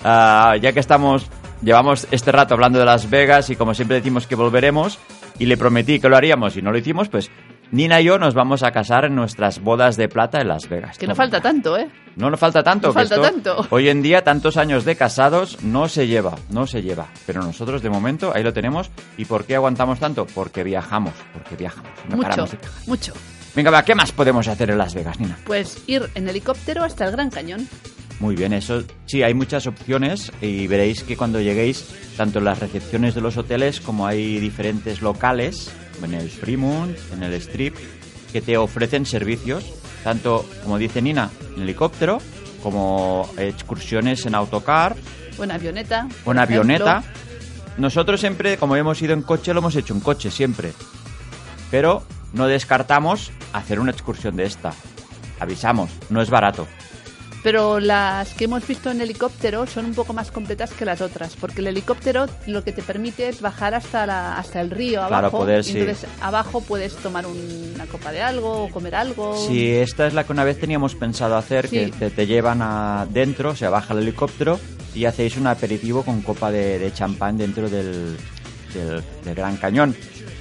Speaker 3: ah, ya que estamos, llevamos este rato hablando de Las Vegas y como siempre decimos que volveremos y le prometí que lo haríamos y no lo hicimos, pues Nina y yo nos vamos a casar en nuestras bodas de plata en Las Vegas.
Speaker 7: Que no
Speaker 3: Toma.
Speaker 7: falta tanto, ¿eh?
Speaker 3: No nos falta tanto.
Speaker 7: No
Speaker 3: que
Speaker 7: falta
Speaker 3: esto-
Speaker 7: tanto.
Speaker 3: Hoy en día, tantos años de casados, no se lleva, no se lleva. Pero nosotros, de momento, ahí lo tenemos. ¿Y por qué aguantamos tanto? Porque viajamos, porque viajamos. No
Speaker 7: Mucho,
Speaker 3: paramos de viajar.
Speaker 7: mucho.
Speaker 3: Venga, va, ¿qué más podemos hacer en Las Vegas, Nina?
Speaker 7: Pues ir en helicóptero hasta el Gran Cañón.
Speaker 3: Muy bien, eso sí, hay muchas opciones y veréis que cuando lleguéis, tanto en las recepciones de los hoteles como hay diferentes locales, en el Fremont, en el Strip, que te ofrecen servicios, tanto como dice Nina, en helicóptero, como excursiones en autocar,
Speaker 7: O en avioneta. por
Speaker 3: una avioneta.
Speaker 7: ejemplo.
Speaker 3: Nosotros siempre, como hemos ido en coche, lo hemos hecho en coche siempre. Pero no descartamos hacer una excursión de esta. Avisamos, no es barato.
Speaker 7: Pero las que hemos visto en helicóptero son un poco más completas que las otras, porque el helicóptero lo que te permite es bajar hasta la, hasta el río
Speaker 3: Claro,
Speaker 7: abajo.
Speaker 3: poder,
Speaker 7: y
Speaker 3: sí.
Speaker 7: entonces abajo puedes tomar un- una copa de algo o comer algo.
Speaker 3: Sí, esta es la que una vez teníamos pensado hacer,
Speaker 7: Sí.
Speaker 3: que te, te llevan adentro, o sea, baja el helicóptero y hacéis un aperitivo con copa de, de champán dentro del, del- del Gran Cañón.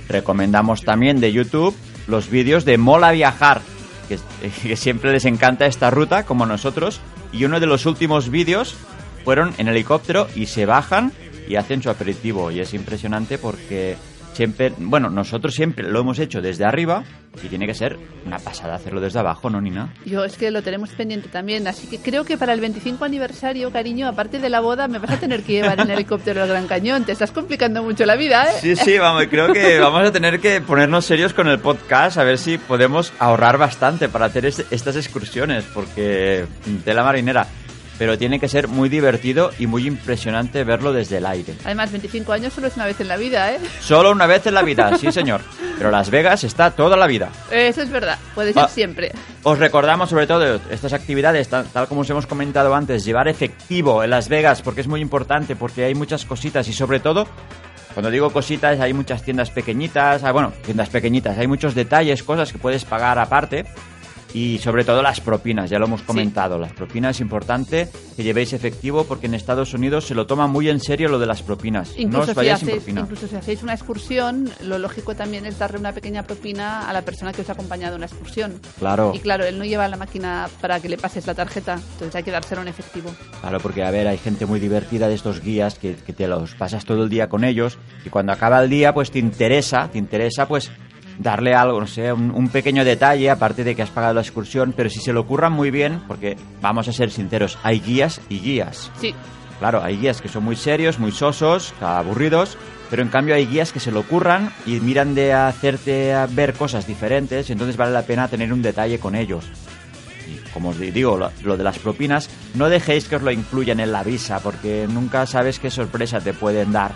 Speaker 3: Recomendamos también de YouTube los vídeos de Mola Viajar, que, que siempre les encanta esta ruta, como a nosotros, y uno de los últimos vídeos fueron en helicóptero y se bajan y hacen su aperitivo y es impresionante porque siempre, bueno, nosotros siempre lo hemos hecho desde arriba y tiene que ser una pasada hacerlo desde abajo, ¿no, Nina?
Speaker 7: Yo es que lo tenemos pendiente también, así que creo que para el 25 aniversario, cariño, aparte de la boda, me vas a tener que llevar en helicóptero al Gran Cañón. Te estás complicando mucho la vida, ¿eh?
Speaker 3: Sí, sí, vamos, creo que vamos a tener que ponernos serios con el podcast, a ver si podemos ahorrar bastante para hacer es- estas excursiones, porque tela marinera. Pero tiene que ser muy divertido y muy impresionante verlo desde el aire.
Speaker 7: Además, 25 años solo es una vez en la vida, ¿eh?
Speaker 3: Solo una vez en la vida, sí señor. Pero Las Vegas está toda la vida.
Speaker 7: Eso es verdad, puede
Speaker 3: Va.
Speaker 7: ser siempre.
Speaker 3: Os recordamos sobre todo estas actividades, tal, tal como os hemos comentado antes, llevar efectivo en Las Vegas, porque es muy importante, porque hay muchas cositas y sobre todo, cuando digo cositas, hay muchas tiendas pequeñitas, ah, bueno, tiendas pequeñitas, hay muchos detalles, cosas que puedes pagar aparte. Y sobre todo las propinas, ya lo hemos comentado. Las propinas es importante que llevéis efectivo porque en Estados Unidos se lo toma muy en serio lo de las propinas. no
Speaker 7: Incluso,
Speaker 3: os
Speaker 7: si
Speaker 3: vayáis sin
Speaker 7: hacéis,
Speaker 3: propina.
Speaker 7: incluso si hacéis una excursión, lo lógico también es darle una pequeña propina a la persona que os ha acompañado en la excursión.
Speaker 3: Claro.
Speaker 7: Y claro, él no lleva la máquina para que le pases la tarjeta, entonces hay que dársela en efectivo.
Speaker 3: Claro, porque a ver, hay gente muy divertida de estos guías que, que te los pasas todo el día con ellos y cuando acaba el día pues te interesa, te interesa pues darle algo, no sé, un, un pequeño detalle aparte de que has pagado la excursión, pero si se lo curran muy bien, porque vamos a ser sinceros, hay guías y guías.
Speaker 7: Sí,
Speaker 3: Claro, hay guías que son muy serios, muy sosos, aburridos, pero en cambio hay guías que se lo curran y miran de hacerte a ver cosas diferentes, y entonces vale la pena tener un detalle con ellos. Y como os di- digo, lo, lo de las propinas, no dejéis que os lo incluyan en la visa, porque nunca sabes qué sorpresa te pueden dar.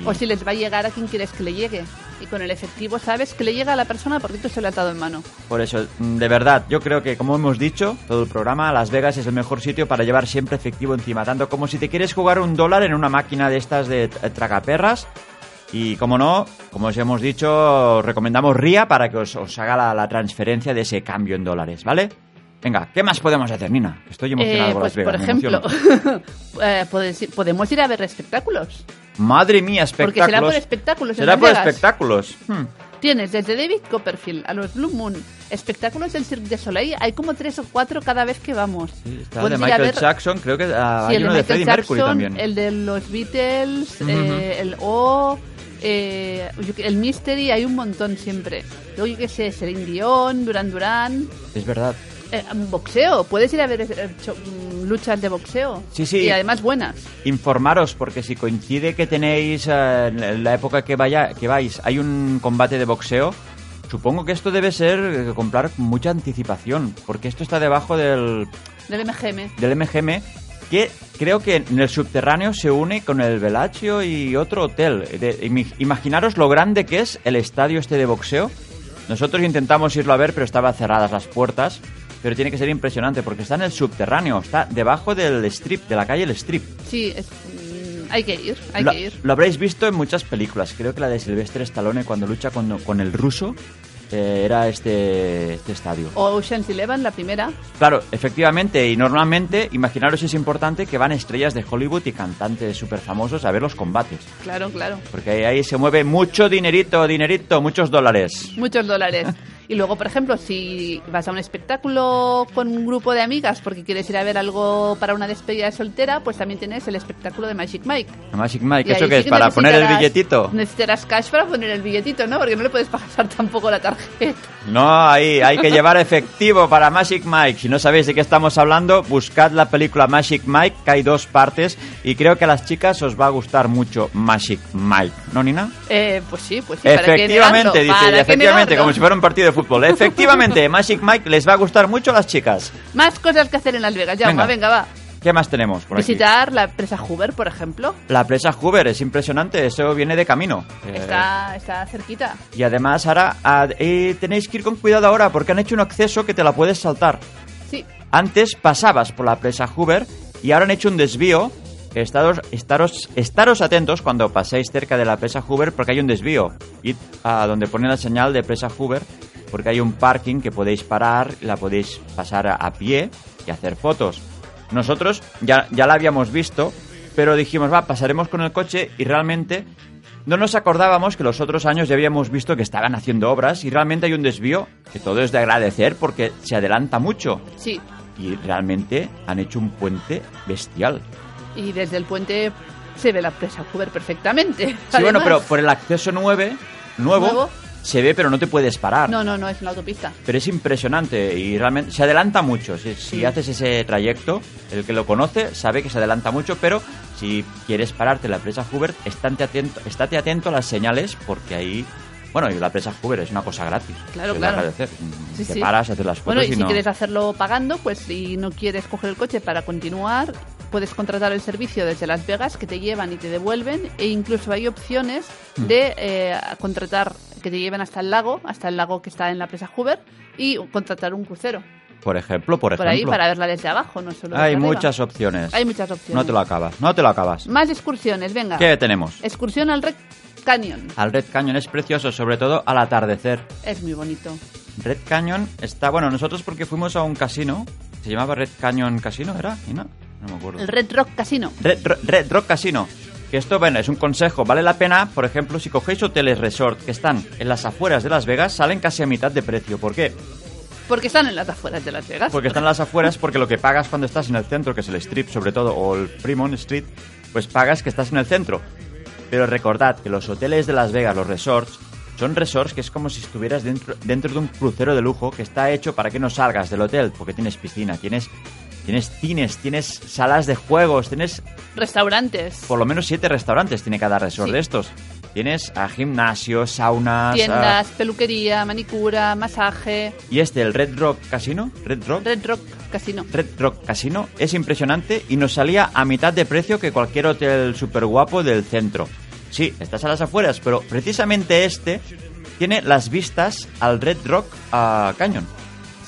Speaker 3: Y-
Speaker 7: o si les va a llegar a quien quieres que le llegue. Y con el efectivo sabes que le llega a la persona porque tú se lo has dado en mano.
Speaker 3: Por eso, mm, de verdad, yo creo que, como hemos dicho, todo el programa, Las Vegas es el mejor sitio para llevar siempre efectivo encima, tanto como si te quieres jugar un dólar en una máquina de estas de t- tragaperras. Y como no, como os hemos dicho, os recomendamos RIA para que os, os haga la, la transferencia de ese cambio en dólares, ¿vale? Venga, ¿qué más podemos hacer, Nina? Estoy emocionado
Speaker 7: Eh,
Speaker 3: con Las
Speaker 7: pues,
Speaker 3: Vegas.
Speaker 7: por
Speaker 3: me
Speaker 7: ejemplo,
Speaker 3: emociono.
Speaker 7: eh, puedes ir- podemos ir a ver espectáculos.
Speaker 3: Madre mía, espectáculos.
Speaker 7: Porque será por espectáculos en
Speaker 3: Será
Speaker 7: Las
Speaker 3: por
Speaker 7: Vegas.
Speaker 3: espectáculos. Hmm.
Speaker 7: Tienes desde David Copperfield a los Blue Moon, espectáculos del Cirque de Soleil, hay como tres o cuatro cada vez que vamos.
Speaker 3: Está el de
Speaker 7: Puedes ir Pues a
Speaker 3: Michael
Speaker 7: ver-
Speaker 3: Jackson, creo que ah,
Speaker 7: Sí,
Speaker 3: hay
Speaker 7: el de
Speaker 3: uno de Freddie
Speaker 7: Michael
Speaker 3: Mercury
Speaker 7: Jackson,
Speaker 3: también.
Speaker 7: el de los Beatles, eh, el O, eh, yo que- el Mystery, hay un montón siempre. Luego yo qué sé, Celine Dion, Duran Duran,
Speaker 3: Es verdad.
Speaker 7: eh, boxeo, puedes ir a ver eh, cho- mm, luchas de boxeo.
Speaker 3: Sí, sí.
Speaker 7: Y además buenas.
Speaker 3: informaros porque si coincide que tenéis eh, en la época que vaya que vais hay un combate de boxeo supongo que esto debe ser eh, comprar con mucha anticipación porque esto está debajo del
Speaker 7: Del MGM.
Speaker 3: del MGM que creo que en el subterráneo se une con el Velacio y otro hotel. De- imi- imaginaros lo grande que es el estadio este de boxeo. Nosotros intentamos irlo a ver, pero estaban cerradas las puertas. Pero tiene que ser impresionante porque está en el subterráneo, está debajo del strip, de la calle El Strip.
Speaker 7: Sí, es, mm, hay que ir, hay
Speaker 3: lo,
Speaker 7: que ir.
Speaker 3: lo habréis visto en muchas películas. Creo que la de Silvestre Stallone cuando lucha con, con el ruso eh, era este, este estadio.
Speaker 7: O Ocean's Eleven, la primera.
Speaker 3: Claro, efectivamente, y normalmente, imaginaros es importante que van estrellas de Hollywood y cantantes súper famosos a ver los combates.
Speaker 7: Claro, claro.
Speaker 3: Porque ahí, ahí se mueve mucho dinerito, dinerito, muchos dólares.
Speaker 7: Muchos dólares. Y luego, por ejemplo, si vas a un espectáculo con un grupo de amigas porque quieres ir a ver algo para una despedida de soltera, pues también tienes el espectáculo de Magic Mike.
Speaker 3: Magic Mike,
Speaker 7: Y
Speaker 3: ¿eso
Speaker 7: ahí
Speaker 3: que
Speaker 7: sí
Speaker 3: es? ¿Para poner el
Speaker 7: necesitarás-
Speaker 3: billetito?
Speaker 7: Necesitarás cash para poner el billetito, ¿no? Porque no le puedes pasar tampoco la tarjeta.
Speaker 3: No, ahí hay que llevar efectivo para Magic Mike. Si no sabéis de qué estamos hablando, buscad la película Magic Mike, que hay dos partes, y creo que a las chicas os va a gustar mucho Magic Mike. ¿No, Nina?
Speaker 7: Eh, pues sí, pues sí. ¿para qué negarlo?
Speaker 3: efectivamente, dice
Speaker 7: ¿Para
Speaker 3: ella,
Speaker 7: qué
Speaker 3: efectivamente,
Speaker 7: negarlo?
Speaker 3: como si fuera un partido de fútbol. Efectivamente, Magic Mike les va a gustar mucho a las chicas.
Speaker 7: Más cosas que hacer en Las Vegas. Ya,
Speaker 3: Venga.
Speaker 7: venga, venga va.
Speaker 3: ¿Qué más tenemos por aquí?
Speaker 7: Visitar la presa Hoover, por ejemplo.
Speaker 3: La presa Hoover es impresionante, eso viene de camino. Eh,
Speaker 7: Está, está cerquita.
Speaker 3: Y además, ahora ah, eh, tenéis que ir con cuidado ahora porque han hecho un acceso que te la puedes saltar.
Speaker 7: Sí.
Speaker 3: Antes pasabas por la presa Hoover y ahora han hecho un desvío. Estaros, estaros, estaros atentos cuando paséis cerca de la presa Hoover porque hay un desvío. Id a donde pone la señal de presa Hoover porque hay un parking que podéis parar, la podéis pasar a, a pie y hacer fotos. Nosotros ya, ya la habíamos visto, pero dijimos, va, pasaremos con el coche y realmente no nos acordábamos que los otros años ya habíamos visto que estaban haciendo obras y realmente hay un desvío que todo es de agradecer porque se adelanta mucho
Speaker 7: Sí.
Speaker 3: y realmente han hecho un puente bestial.
Speaker 7: Y desde el puente se ve la presa Hoover perfectamente.
Speaker 3: Sí, bueno,
Speaker 7: Además.
Speaker 3: pero por el acceso 9, nuevo,
Speaker 7: Nuevo.
Speaker 3: se ve, pero no te puedes parar.
Speaker 7: No, no, no, es una autopista.
Speaker 3: Pero es impresionante y realmente se adelanta mucho. Si, si haces ese trayecto, el que lo conoce sabe que se adelanta mucho, pero si quieres pararte en la presa Hoover, estate atento, estate atento a las señales porque ahí... Bueno, y la presa Hoover es una cosa gratis.
Speaker 7: Claro,
Speaker 3: se
Speaker 7: claro.
Speaker 3: debe agradecer.
Speaker 7: Sí,
Speaker 3: te
Speaker 7: sí.
Speaker 3: paras, haces las fotos
Speaker 7: Bueno, y si
Speaker 3: pues no...
Speaker 7: quieres hacerlo pagando, pues si no quieres coger el coche para continuar, puedes contratar el servicio desde Las Vegas que te llevan y te devuelven e incluso hay opciones
Speaker 3: Mm.
Speaker 7: de eh, contratar que te lleven hasta el lago, hasta el lago que está en la presa Hoover y contratar un crucero
Speaker 3: Por ejemplo, por
Speaker 7: por ahí
Speaker 3: ejemplo.
Speaker 7: para verla desde abajo, no solo desde
Speaker 3: Hay
Speaker 7: arriba.
Speaker 3: muchas opciones.
Speaker 7: Hay muchas opciones.
Speaker 3: No te lo acabas, no te lo acabas.
Speaker 7: Más excursiones, venga.
Speaker 3: ¿Qué tenemos?
Speaker 7: Excursión al Red Canyon.
Speaker 3: Al Red Canyon es precioso, sobre todo al atardecer.
Speaker 7: Es muy bonito.
Speaker 3: Red Canyon está, bueno, nosotros porque fuimos a un casino, se llamaba Red Canyon Casino, ¿era? Nina? No me acuerdo.
Speaker 7: El Red Rock Casino.
Speaker 3: Red, Ro- Red Rock Casino. Que esto, bueno, es un consejo, vale la pena, por ejemplo, si cogéis hoteles resort que están en las afueras de Las Vegas, salen casi a mitad de precio. ¿Por qué?
Speaker 7: Porque están en las afueras de Las Vegas.
Speaker 3: Porque están en las afueras, porque lo que pagas cuando estás en el centro, que es el Strip sobre todo, o el Fremont Street, pues pagas que estás en el centro. Pero recordad que los hoteles de Las Vegas, los resorts, son resorts que es como si estuvieras dentro, dentro de un crucero de lujo que está hecho para que no salgas del hotel, porque tienes piscina, tienes, tienes cines, tienes salas de juegos, tienes
Speaker 7: Restaurantes.
Speaker 3: por lo menos siete restaurantes, tiene cada resort
Speaker 7: Sí.
Speaker 3: de estos. Tienes a gimnasio, saunas... a-
Speaker 7: Tiendas, peluquería, manicura, masaje,
Speaker 3: Y este, el Red Rock Casino, Red Rock...
Speaker 7: Red Rock Casino.
Speaker 3: Red Rock Casino es impresionante y nos salía a mitad de precio que cualquier hotel super guapo del centro. Sí, estás a las afueras, pero precisamente este tiene las vistas al Red Rock ah, Canyon.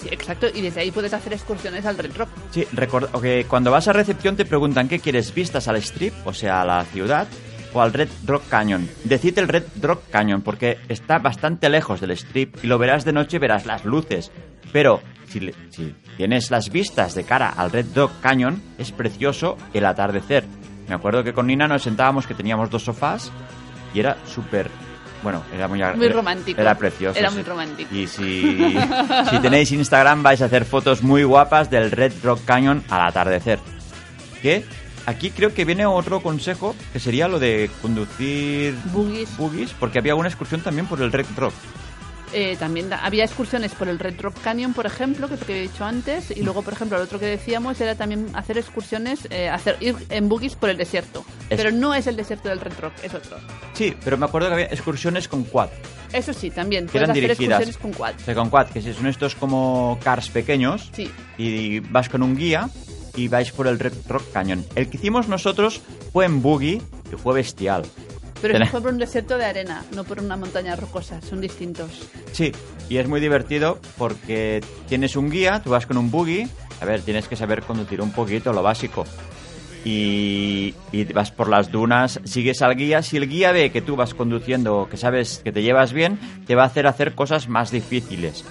Speaker 7: Sí, exacto. Y desde ahí puedes hacer excursiones al Red Rock.
Speaker 3: Sí, record- o que cuando vas a recepción te preguntan qué quieres, vistas al strip, o sea, a la ciudad, o al Red Rock Canyon. Decid el Red Rock Canyon porque está bastante lejos del strip y lo verás de noche, verás las luces. Pero si, le- si tienes las vistas de cara al Red Rock Canyon, es precioso el atardecer. Me acuerdo que con Nina nos sentábamos que teníamos dos sofás y era súper... Bueno, era muy... agra-
Speaker 7: Muy
Speaker 3: era-
Speaker 7: romántico.
Speaker 3: Era precioso.
Speaker 7: Era
Speaker 3: sí.
Speaker 7: muy romántico.
Speaker 3: Y si, si tenéis Instagram vais a hacer fotos muy guapas del Red Rock Canyon al atardecer. Que aquí creo que viene otro consejo que sería lo de conducir
Speaker 7: Boogies.
Speaker 3: buggies, porque había una excursión también por el Red Rock.
Speaker 7: Eh, también da- había excursiones por el Red Rock Canyon, por ejemplo, que es lo que he dicho antes. Y luego, por ejemplo, el otro que decíamos era también hacer excursiones, eh, hacer ir en buggies por el desierto.
Speaker 3: Es-
Speaker 7: Pero no es el desierto del Red Rock, es otro.
Speaker 3: Sí, pero me acuerdo que había excursiones con quad.
Speaker 7: Eso sí, también.
Speaker 3: Que
Speaker 7: Puedes
Speaker 3: eran
Speaker 7: hacer
Speaker 3: dirigidas.
Speaker 7: excursiones con quad.
Speaker 3: O sea, con quad, que son estos como cars pequeños.
Speaker 7: Sí.
Speaker 3: y vas con un guía y vais por el Red Rock Canyon. El que hicimos nosotros fue en buggy y fue bestial.
Speaker 7: Pero eso
Speaker 3: Tenés-
Speaker 7: fue por un desierto de arena, no por una montaña rocosa. Son distintos.
Speaker 3: Sí, y es muy divertido porque tienes un guía, tú vas con un buggy. A ver, tienes que saber conducir un poquito, lo básico. y, y vas por las dunas, sigues al guía. Si el guía ve que tú vas conduciendo, que sabes que te llevas bien, te va a hacer hacer cosas más difíciles.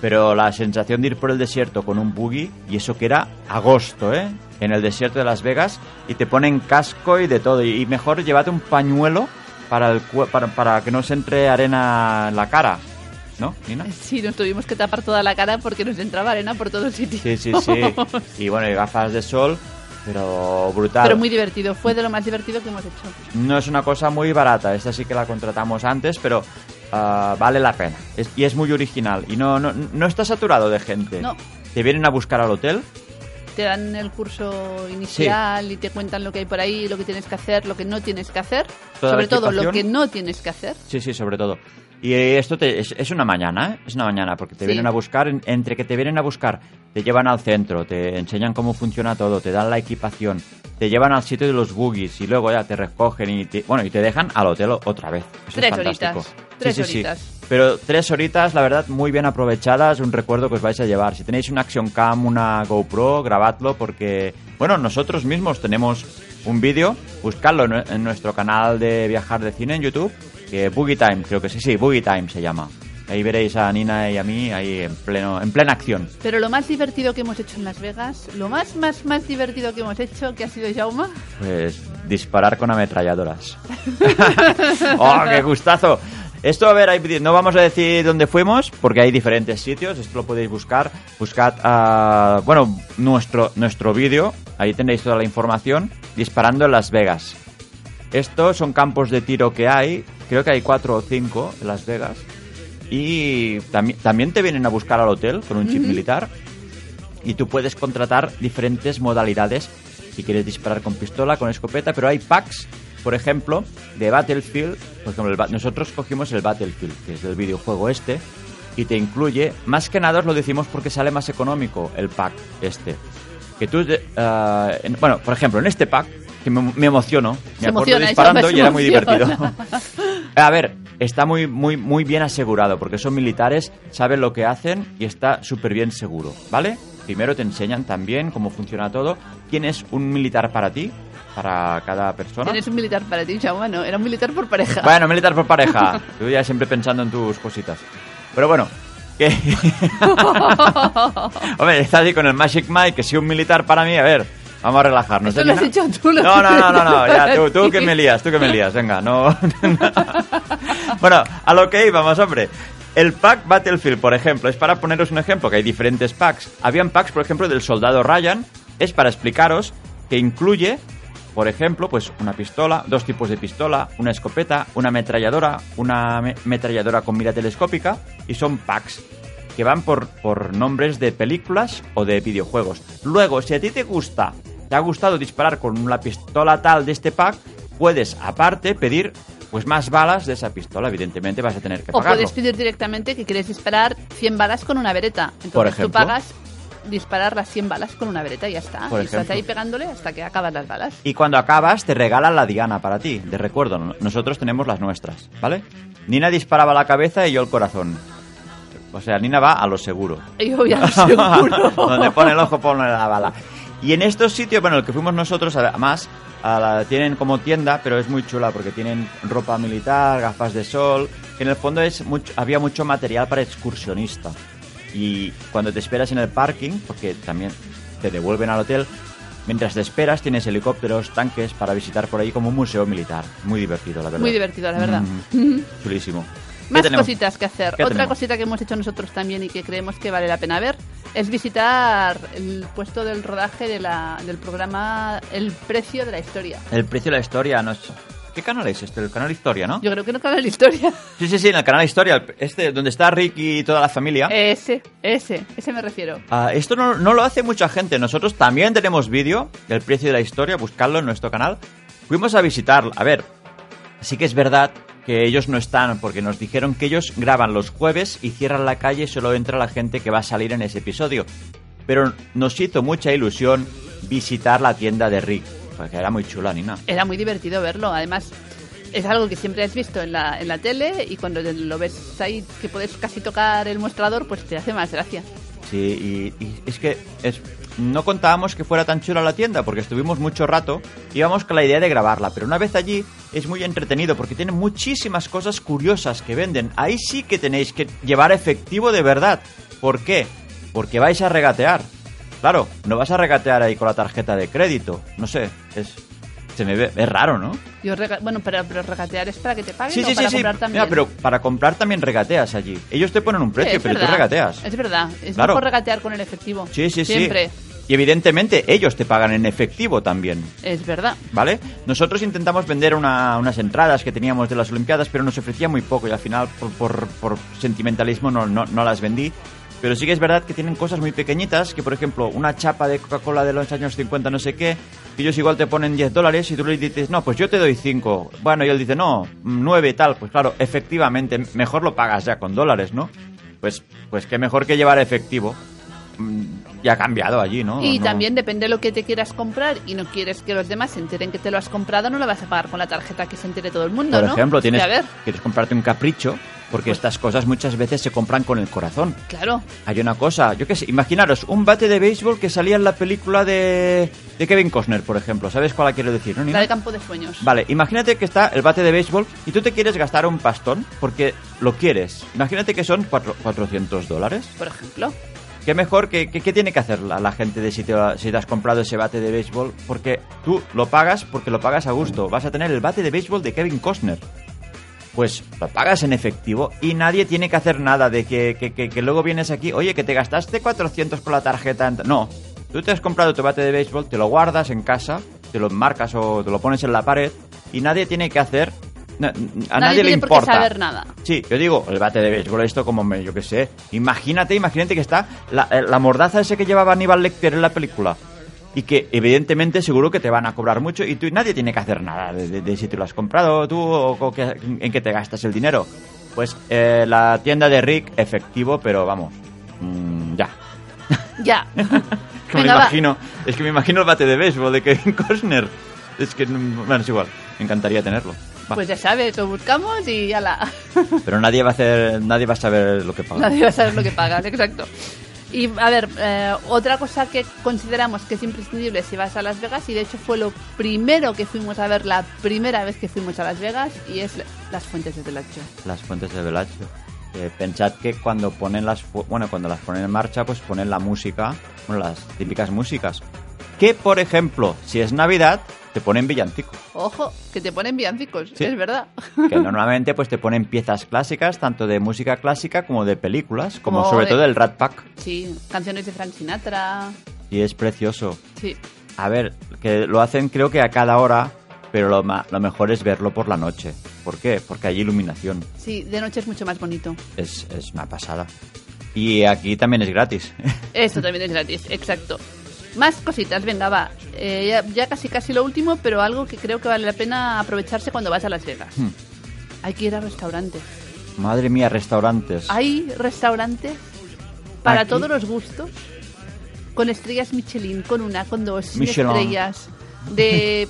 Speaker 3: Pero la sensación de ir por el desierto con un buggy, y eso que era agosto, ¿eh? En el desierto de Las Vegas, y te ponen casco y de todo. Y mejor llévate un pañuelo para, el cue- para, para que no se entre arena en la cara. ¿No, Nina?
Speaker 7: Sí, nos tuvimos que tapar toda la cara porque nos entraba arena por todos sitios.
Speaker 3: Sí, sí, sí. Y bueno, y gafas de sol, pero brutal.
Speaker 7: Pero muy divertido, fue de lo más divertido que hemos hecho.
Speaker 3: No es una cosa muy barata, esta sí que la contratamos antes, pero ah, vale la pena. Es- y es muy original. Y no, no, no está saturado de gente.
Speaker 7: No.
Speaker 3: Te vienen a buscar al hotel,
Speaker 7: Te dan el curso inicial y te cuentan lo que hay por ahí, lo que tienes que hacer, lo que no tienes que hacer.
Speaker 3: Toda la
Speaker 7: Sobre todo lo
Speaker 3: equipación.
Speaker 7: que no tienes que hacer.
Speaker 3: Sí, sí, sobre todo. Y eh, esto te- es, es una mañana, ¿eh? Es una mañana, porque te
Speaker 7: Sí.
Speaker 3: vienen a buscar, en- entre que te vienen a buscar, te llevan al centro, te enseñan cómo funciona todo, te dan la equipación, te llevan al sitio de los boogies y luego ya te recogen y te, bueno, y te dejan al hotel o- otra vez. Eso es
Speaker 7: Tres
Speaker 3: fantástico.
Speaker 7: horitas, tres
Speaker 3: Sí, sí, sí.
Speaker 7: horitas.
Speaker 3: Pero tres horitas, la verdad, muy bien aprovechadas, un recuerdo que os vais a llevar. Si tenéis una Action Cam, una GoPro, grabadlo porque, bueno, nosotros mismos tenemos un vídeo, buscadlo en, en nuestro canal de Viajar de Cine en YouTube, que Boogie Time, creo que sí, sí, Boogie Time se llama. Ahí veréis a Nina y a mí ahí en pleno en plena acción.
Speaker 7: Pero lo más divertido que hemos hecho en Las Vegas, lo más, más, más divertido que hemos hecho, que ha sido Jauma,
Speaker 3: Pues disparar con ametralladoras. ¡Oh, qué gustazo! Esto, a ver, hay- no vamos a decir dónde fuimos, porque hay diferentes sitios, esto lo podéis buscar. Buscad, ah, bueno, nuestro, nuestro vídeo, ahí tenéis toda la información, disparando en Las Vegas. Estos son campos de tiro que hay, creo que hay cuatro o cinco en Las Vegas. Y tambi- también te vienen a buscar al hotel con un chip militar y tú puedes contratar diferentes modalidades si quieres disparar con pistola, con escopeta, pero hay packs, por ejemplo, de Battlefield. Por ejemplo, el Ba- nosotros cogimos el Battlefield, que es del videojuego este, y te incluye, más que nada os lo decimos porque sale más económico el pack este. Que tú, de- ah, en- bueno, por ejemplo, en este pack, que me, me emociono, me acuerdo
Speaker 7: Se emociona,
Speaker 3: disparando
Speaker 7: Jaume, se
Speaker 3: y era muy
Speaker 7: emociona.
Speaker 3: divertido. A ver, está muy, muy, muy bien asegurado, porque son militares, saben lo que hacen y está súper bien seguro, ¿vale? Primero te enseñan también cómo funciona todo, quién es un militar para ti, para cada persona.
Speaker 7: tienes un militar para ti, Jauma, no, era un militar por pareja.
Speaker 3: Bueno, militar por pareja. Tú ya siempre pensando en tus cositas. Pero bueno, que... Hombre, está así con el Magic Mike, que si un militar para mí, a ver, vamos a relajarnos.
Speaker 7: Esto lo has
Speaker 3: Elena?
Speaker 7: dicho tú, lo
Speaker 3: No, no,
Speaker 7: has
Speaker 3: no, no, no, ya, tú,
Speaker 7: dicho
Speaker 3: tú
Speaker 7: tú.
Speaker 3: que me lías, tú que me lías, venga, no... bueno, a lo que íbamos, hombre. El pack Battlefield, por ejemplo, es para poneros un ejemplo, que hay diferentes packs. Habían packs, por ejemplo, del soldado Ryan, es para explicaros que incluye, por ejemplo, pues una pistola, dos tipos de pistola, una escopeta, una ametralladora, una ame- ametralladora con mira telescópica, y son packs que van por, por nombres de películas o de videojuegos. Luego, si a ti te gusta, te ha gustado disparar con la pistola tal de este pack, puedes aparte pedir pues más balas de esa pistola, evidentemente vas a tener que
Speaker 7: o
Speaker 3: pagarlo.
Speaker 7: puedes pedir directamente que quieres disparar 100 balas con una vereta. Entonces
Speaker 3: Por ejemplo.
Speaker 7: tú pagas disparar las 100 balas con una vereta y ya está.
Speaker 3: Por
Speaker 7: y estás
Speaker 3: ejemplo.
Speaker 7: ahí pegándole hasta que acaban las balas.
Speaker 3: Y cuando acabas te regalan la diana para ti, de recuerdo, no- nosotros tenemos las nuestras, ¿vale? Nina disparaba la cabeza y yo el corazón. O sea, Nina va a lo seguro.
Speaker 7: Y yo ya lo seguro.
Speaker 3: Donde pone el ojo, pone la bala. Y en estos sitios, bueno, el que fuimos nosotros, además, a la- tienen como tienda, pero es muy chula porque tienen ropa militar, gafas de sol. que en el fondo es mucho, había mucho material para excursionista. Y cuando te esperas en el parking, porque también te devuelven al hotel, mientras te esperas tienes helicópteros, tanques para visitar por ahí como un museo militar. Muy divertido, la verdad.
Speaker 7: Muy divertido, la verdad.
Speaker 3: Mm, chulísimo. ¿Qué
Speaker 7: Más
Speaker 3: tenemos?
Speaker 7: cositas que hacer.
Speaker 3: ¿Qué
Speaker 7: Otra
Speaker 3: tenemos?
Speaker 7: cosita que hemos hecho nosotros también y que creemos que vale la pena ver es visitar el puesto del rodaje de la- del programa El Precio de la Historia.
Speaker 3: El precio de la historia, no es- ¿Qué canal es este? El canal Historia, ¿no?
Speaker 7: Yo creo que no cabe la historia.
Speaker 3: Sí, sí, sí, en el canal Historia, este, donde está Rick y toda la familia.
Speaker 7: Eh. Ese, ese, ese me refiero.
Speaker 3: Ah, esto no, no lo hace mucha gente. Nosotros también tenemos vídeo del precio de la historia, buscarlo en nuestro canal. Fuimos a visitarlo. A ver, sí que es verdad que ellos no están porque nos dijeron que ellos graban los jueves y cierran la calle y solo entra la gente que va a salir en ese episodio. Pero nos hizo mucha ilusión visitar la tienda de Rick, porque era muy chula, Nina.
Speaker 7: Era muy divertido verlo. Además, es algo que siempre has visto en la, en la tele y cuando te- lo ves ahí que puedes casi tocar el mostrador, pues te hace más gracia.
Speaker 3: Sí, y, y es que es, no contábamos que fuera tan chula la tienda porque estuvimos mucho rato, íbamos con la idea de grabarla, pero una vez allí es muy entretenido porque tiene muchísimas cosas curiosas que venden. Ahí sí que tenéis que llevar efectivo de verdad. ¿Por qué? Porque vais a regatear. Claro, no vas a regatear ahí con la tarjeta de crédito. No sé, es se me ve, es raro, ¿no?
Speaker 7: Yo rega- bueno, pero, pero regatear es para que te paguen
Speaker 3: Sí,
Speaker 7: o
Speaker 3: sí, sí,
Speaker 7: para
Speaker 3: sí.
Speaker 7: comprar también.
Speaker 3: Mira, pero para comprar también regateas allí. Ellos te ponen un
Speaker 7: Sí,
Speaker 3: precio,
Speaker 7: es
Speaker 3: pero tú
Speaker 7: verdad.
Speaker 3: regateas.
Speaker 7: Es verdad, es
Speaker 3: Claro.
Speaker 7: mejor regatear con el efectivo.
Speaker 3: Sí, sí,
Speaker 7: Siempre.
Speaker 3: sí. Y evidentemente ellos te pagan en efectivo también.
Speaker 7: Es verdad.
Speaker 3: ¿Vale? Nosotros intentamos vender una- unas entradas que teníamos de las Olimpiadas, pero nos ofrecía muy poco y al final por, por- por sentimentalismo no, no- no las vendí. Pero sí que es verdad que tienen cosas muy pequeñitas, que por ejemplo una chapa de Coca-Cola de los años 50 no sé qué, que ellos igual te ponen 10 dólares y tú le dices, no, pues yo te doy 5. Bueno, y él dice, no, 9 tal. Pues claro, efectivamente, mejor lo pagas ya con dólares, ¿no? Pues, pues qué mejor que llevar efectivo. Mm, Ya ha cambiado allí, ¿no?
Speaker 7: y
Speaker 3: No-
Speaker 7: también depende de lo que te quieras comprar y no quieres que los demás se enteren que te lo has comprado, no lo vas a pagar con la tarjeta que se entere todo el mundo,
Speaker 3: Por
Speaker 7: ¿no?
Speaker 3: ejemplo,
Speaker 7: Es que,
Speaker 3: tienes,
Speaker 7: A ver,
Speaker 3: quieres comprarte un capricho, porque
Speaker 7: Pues-
Speaker 3: estas cosas muchas veces se compran con el corazón.
Speaker 7: claro.
Speaker 3: Hay una cosa, yo qué sé, imaginaros un bate de béisbol que salía en la película de, de Kevin Costner, por ejemplo. ¿Sabes cuál la quiero decir? no, Nina?
Speaker 7: La de campo de sueños.
Speaker 3: Vale, imagínate que está el bate de béisbol y tú te quieres gastar un pastón porque lo quieres. Imagínate que son cuatro- 400 dólares.
Speaker 7: Por ejemplo.
Speaker 3: ¿Qué mejor? ¿Qué, qué, qué tiene que hacer la, la gente de si te, si te has comprado ese bate de béisbol? Porque tú lo pagas porque lo pagas a gusto. Vas a tener el bate de béisbol de Kevin Costner. Pues lo pagas en efectivo y nadie tiene que hacer nada de que, que- que- que luego vienes aquí, oye, que te gastaste 400 con la tarjeta. en ta-". No, tú te has comprado tu bate de béisbol, te lo guardas en casa, te lo marcas o te lo pones en la pared y nadie tiene que hacer... na- A nadie, le
Speaker 7: tiene por qué
Speaker 3: importa.
Speaker 7: saber nada.
Speaker 3: Sí, yo digo, el bate de béisbol, esto como, me- yo qué sé. Imagínate, imagínate que está la, eh, la mordaza ese que llevaba Aníbal Lecter en la película. Y que, evidentemente, seguro que te van a cobrar mucho y tú nadie tiene que hacer nada de, de- de si te lo has comprado tú o, o que- en qué te gastas el dinero. Pues eh, la tienda de Rick, efectivo, pero vamos, mm, ya.
Speaker 7: Ya.
Speaker 3: me
Speaker 7: Venga, va.
Speaker 3: imagino, es que me imagino el bate de béisbol de Kevin Costner. Es que, mm, bueno, es igual, me encantaría tenerlo. Va.
Speaker 7: Pues ya sabes, lo buscamos y ya la...
Speaker 3: Pero nadie va a hacer, nadie va a saber lo que paga.
Speaker 7: Nadie va a saber lo que pagas, exacto. Y a ver, eh, otra cosa que consideramos que es imprescindible si vas a Las Vegas, y de hecho fue lo primero que fuimos a ver la primera vez que fuimos a Las Vegas, y es la- las fuentes de Telacho.
Speaker 3: las fuentes de Velacho. Eh, pensad que cuando ponen las fu- bueno cuando las ponen en marcha pues ponen la música bueno las típicas músicas que por ejemplo si es Navidad te ponen villancicos
Speaker 7: Ojo, que te ponen villancicos,
Speaker 3: Sí.
Speaker 7: es verdad.
Speaker 3: que normalmente pues te ponen piezas clásicas tanto de música clásica como de películas como
Speaker 7: Como
Speaker 3: sobre
Speaker 7: de-
Speaker 3: todo del Rat Pack
Speaker 7: Sí, canciones de Frank Sinatra.
Speaker 3: y es precioso
Speaker 7: Sí,
Speaker 3: a ver que lo hacen creo que a cada hora pero lo, ma- lo mejor es verlo por la noche ¿por qué? porque hay iluminación
Speaker 7: sí, de noche es mucho más bonito.
Speaker 3: es, es una pasada y aquí también es gratis
Speaker 7: Esto también es gratis, exacto. Más cositas, venga, va. Eh, ya, ya casi casi lo último, pero algo que creo que vale la pena aprovecharse cuando vas a Las Vegas.
Speaker 3: Hmm.
Speaker 7: Hay que ir a restaurantes.
Speaker 3: madre mía restaurantes
Speaker 7: Hay restaurantes para
Speaker 3: Aquí.
Speaker 7: todos los gustos, con estrellas Michelin, con una, con dos, sin
Speaker 3: Michelin.
Speaker 7: estrellas. De...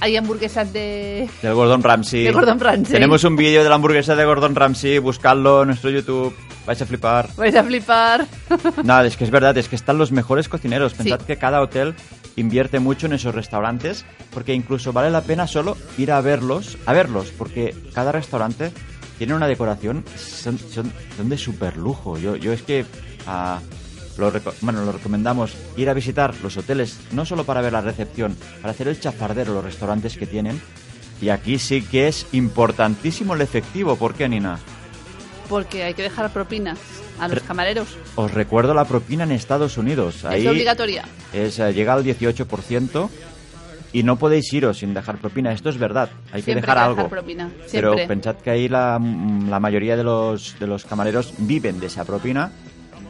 Speaker 7: Hay hamburguesas de...
Speaker 3: Del Gordon Ramsay.
Speaker 7: Del Gordon Ramsay.
Speaker 3: Tenemos un vídeo de la hamburguesa de Gordon Ramsay, buscadlo en nuestro YouTube, vais a flipar.
Speaker 7: Vais a flipar.
Speaker 3: Nada, es que es verdad, es que están los mejores cocineros. Pensad
Speaker 7: Sí.
Speaker 3: que cada hotel invierte mucho en esos restaurantes, porque incluso vale la pena solo ir a verlos, a verlos, porque cada restaurante tiene una decoración, son, son, son de super lujo. Yo, yo es que... ah, lo reco- bueno, lo recomendamos ir a visitar los hoteles, no solo para ver la recepción, para hacer el chafardero, los restaurantes que tienen. Y aquí sí que es importantísimo el efectivo. ¿Por qué, Nina?
Speaker 7: Porque hay que dejar propinas a los
Speaker 3: Re-
Speaker 7: camareros.
Speaker 3: Os recuerdo la propina en Estados Unidos. Ahí
Speaker 7: Es obligatoria.
Speaker 3: es, eh, llega al 18% y no podéis iros sin dejar propina. Esto es verdad, hay que
Speaker 7: Siempre
Speaker 3: dejar
Speaker 7: hay que
Speaker 3: algo.
Speaker 7: dejar propina,
Speaker 3: Pero
Speaker 7: siempre.
Speaker 3: pensad que ahí la, mm, la mayoría de los, de los camareros viven de esa propina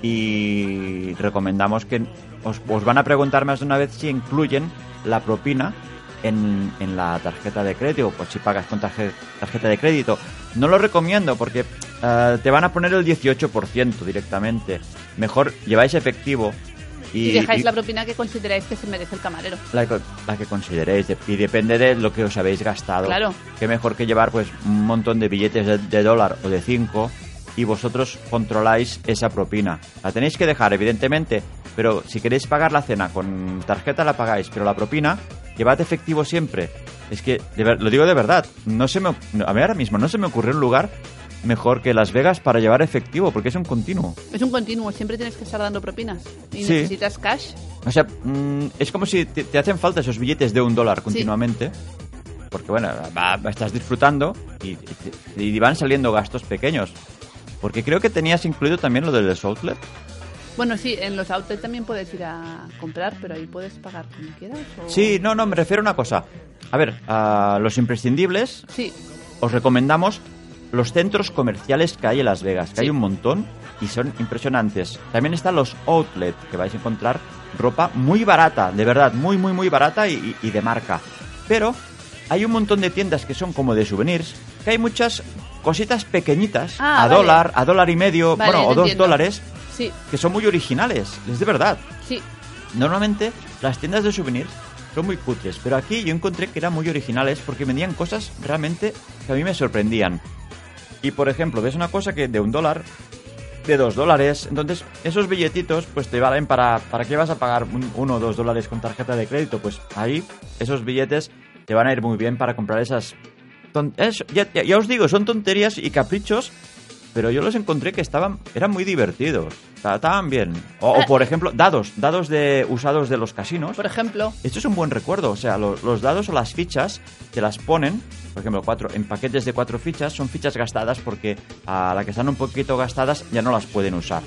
Speaker 3: y recomendamos que os, os van a preguntar más de una vez si incluyen la propina en, en la tarjeta de crédito, pues si pagas con tarje- tarjeta de crédito. No lo recomiendo porque eh, te van a poner el 18% directamente. Mejor lleváis efectivo y,
Speaker 7: Y, dejáis
Speaker 3: y-
Speaker 7: la propina que consideráis que se merece el camarero.
Speaker 3: la, que- la que consideréis de- y depende de lo que os habéis gastado.
Speaker 7: Claro.
Speaker 3: Que mejor que llevar pues un montón de billetes de, de dólar o de 5 y vosotros controláis esa propina. La tenéis que dejar, evidentemente. Pero si queréis pagar la cena con tarjeta la pagáis, pero la propina, llevad efectivo siempre. Es que, de ver- lo digo de verdad, no se me, o- no, a mí ahora mismo no se me ocurrió un lugar mejor que Las Vegas para llevar efectivo, porque es un continuo.
Speaker 7: Es un continuo, siempre tienes que estar dando propinas. Y
Speaker 3: Sí.
Speaker 7: necesitas cash.
Speaker 3: O sea, mm, es como si te, te hacen falta esos billetes de un dólar continuamente. Porque, bueno, va- va- estás disfrutando y, y- y van saliendo gastos pequeños. Porque creo que tenías incluido también lo del outlet.
Speaker 7: Bueno, sí, en los outlets también puedes ir a comprar, pero ahí puedes pagar como quieras. o-
Speaker 3: Sí, no, no, me refiero a una cosa. A ver, a los imprescindibles
Speaker 7: Sí,
Speaker 3: os recomendamos los centros comerciales que hay en Las Vegas, que
Speaker 7: Sí.
Speaker 3: hay un montón y son impresionantes. También están los outlet, que vais a encontrar ropa muy barata, de verdad, muy, muy, muy barata y, y- y de marca. Pero hay un montón de tiendas que son como de souvenirs, que hay muchas cositas pequeñitas,
Speaker 7: Ah,
Speaker 3: a
Speaker 7: vale.
Speaker 3: dólar, a dólar y medio,
Speaker 7: Vale,
Speaker 3: bueno,
Speaker 7: lo
Speaker 3: o dos
Speaker 7: entiendo.
Speaker 3: dólares,
Speaker 7: sí,
Speaker 3: que son muy originales, es de verdad.
Speaker 7: sí.
Speaker 3: Normalmente las tiendas de souvenirs son muy cutres, pero aquí yo encontré que eran muy originales porque vendían cosas realmente que a mí me sorprendían. Y por ejemplo, ves una cosa que de un dólar, de dos dólares, entonces esos billetitos pues te valen para... ¿Para qué vas a pagar un- uno o dos dólares con tarjeta de crédito? Pues ahí esos billetes te van a ir muy bien para comprar esas... ton- es- ya, ya- ya os digo, son tonterías y caprichos, pero yo los encontré que estaban... eran muy divertidos, ta- estaban bien. O, o, por ejemplo, dados, dados de usados de los casinos.
Speaker 7: Por ejemplo,
Speaker 3: Esto es un buen recuerdo, o sea, lo- los dados o las fichas te las ponen, por ejemplo, cuatro, en paquetes de cuatro fichas, son fichas gastadas porque a la que están un poquito gastadas ya no las pueden usar,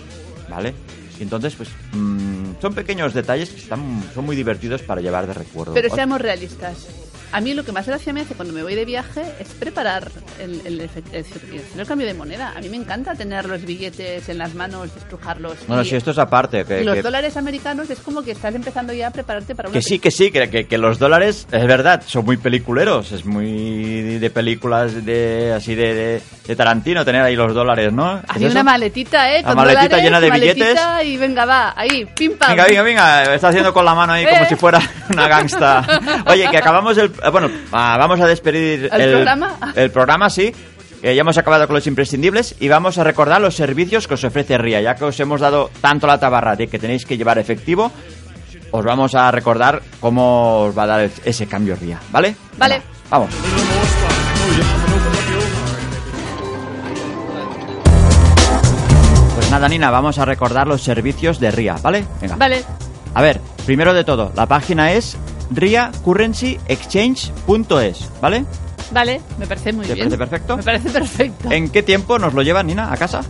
Speaker 3: ¿vale? Y entonces, pues, mm, son pequeños detalles que están, son muy divertidos para llevar de recuerdo.
Speaker 7: pero
Speaker 3: Ot-
Speaker 7: seamos realistas. A mí lo que más gracia me hace cuando me voy de viaje es preparar el, el, efect- el cer- el cambio de moneda. A mí me encanta tener los billetes en las manos, estrujarlos.
Speaker 3: Bueno,
Speaker 7: Y
Speaker 3: si esto es aparte, que,
Speaker 7: los
Speaker 3: que-
Speaker 7: dólares americanos es como que estás empezando ya a prepararte para una
Speaker 3: que sí, que sí, que, que- que los dólares, es verdad, son muy peliculeros, es muy de películas de así de, de- de Tarantino tener ahí los dólares, ¿no? ¿Es
Speaker 7: Hacía
Speaker 3: eso?
Speaker 7: una maletita, ¿eh?
Speaker 3: La maletita
Speaker 7: dólares,
Speaker 3: llena de
Speaker 7: maletita Y venga, va, ahí, pim pam.
Speaker 3: Venga, venga, venga, está haciendo con la mano ahí como
Speaker 7: Eh.
Speaker 3: si fuera una gangsta. Oye, que acabamos el... eh, Bueno, ah, vamos a despedir
Speaker 7: ¿El programa?
Speaker 3: El programa, sí. Eh, ya hemos acabado con los imprescindibles y vamos a recordar los servicios que os ofrece RIA. Ya que os hemos dado tanto la tabarra de que tenéis que llevar efectivo, os vamos a recordar cómo os va a dar el- ese cambio RIA, ¿vale?
Speaker 7: Vale.
Speaker 3: Venga, vamos. Pues nada, Nina, vamos a recordar los servicios de RIA, ¿vale? Venga.
Speaker 7: Vale,
Speaker 3: A ver, primero de todo, la página es riacurrencyexchange.es, ¿vale?
Speaker 7: vale, me parece muy
Speaker 3: ¿Te
Speaker 7: bien.
Speaker 3: parece perfecto?
Speaker 7: Me parece perfecto. En,
Speaker 3: ¿En qué tiempo nos lo llevan, Nina, a casa?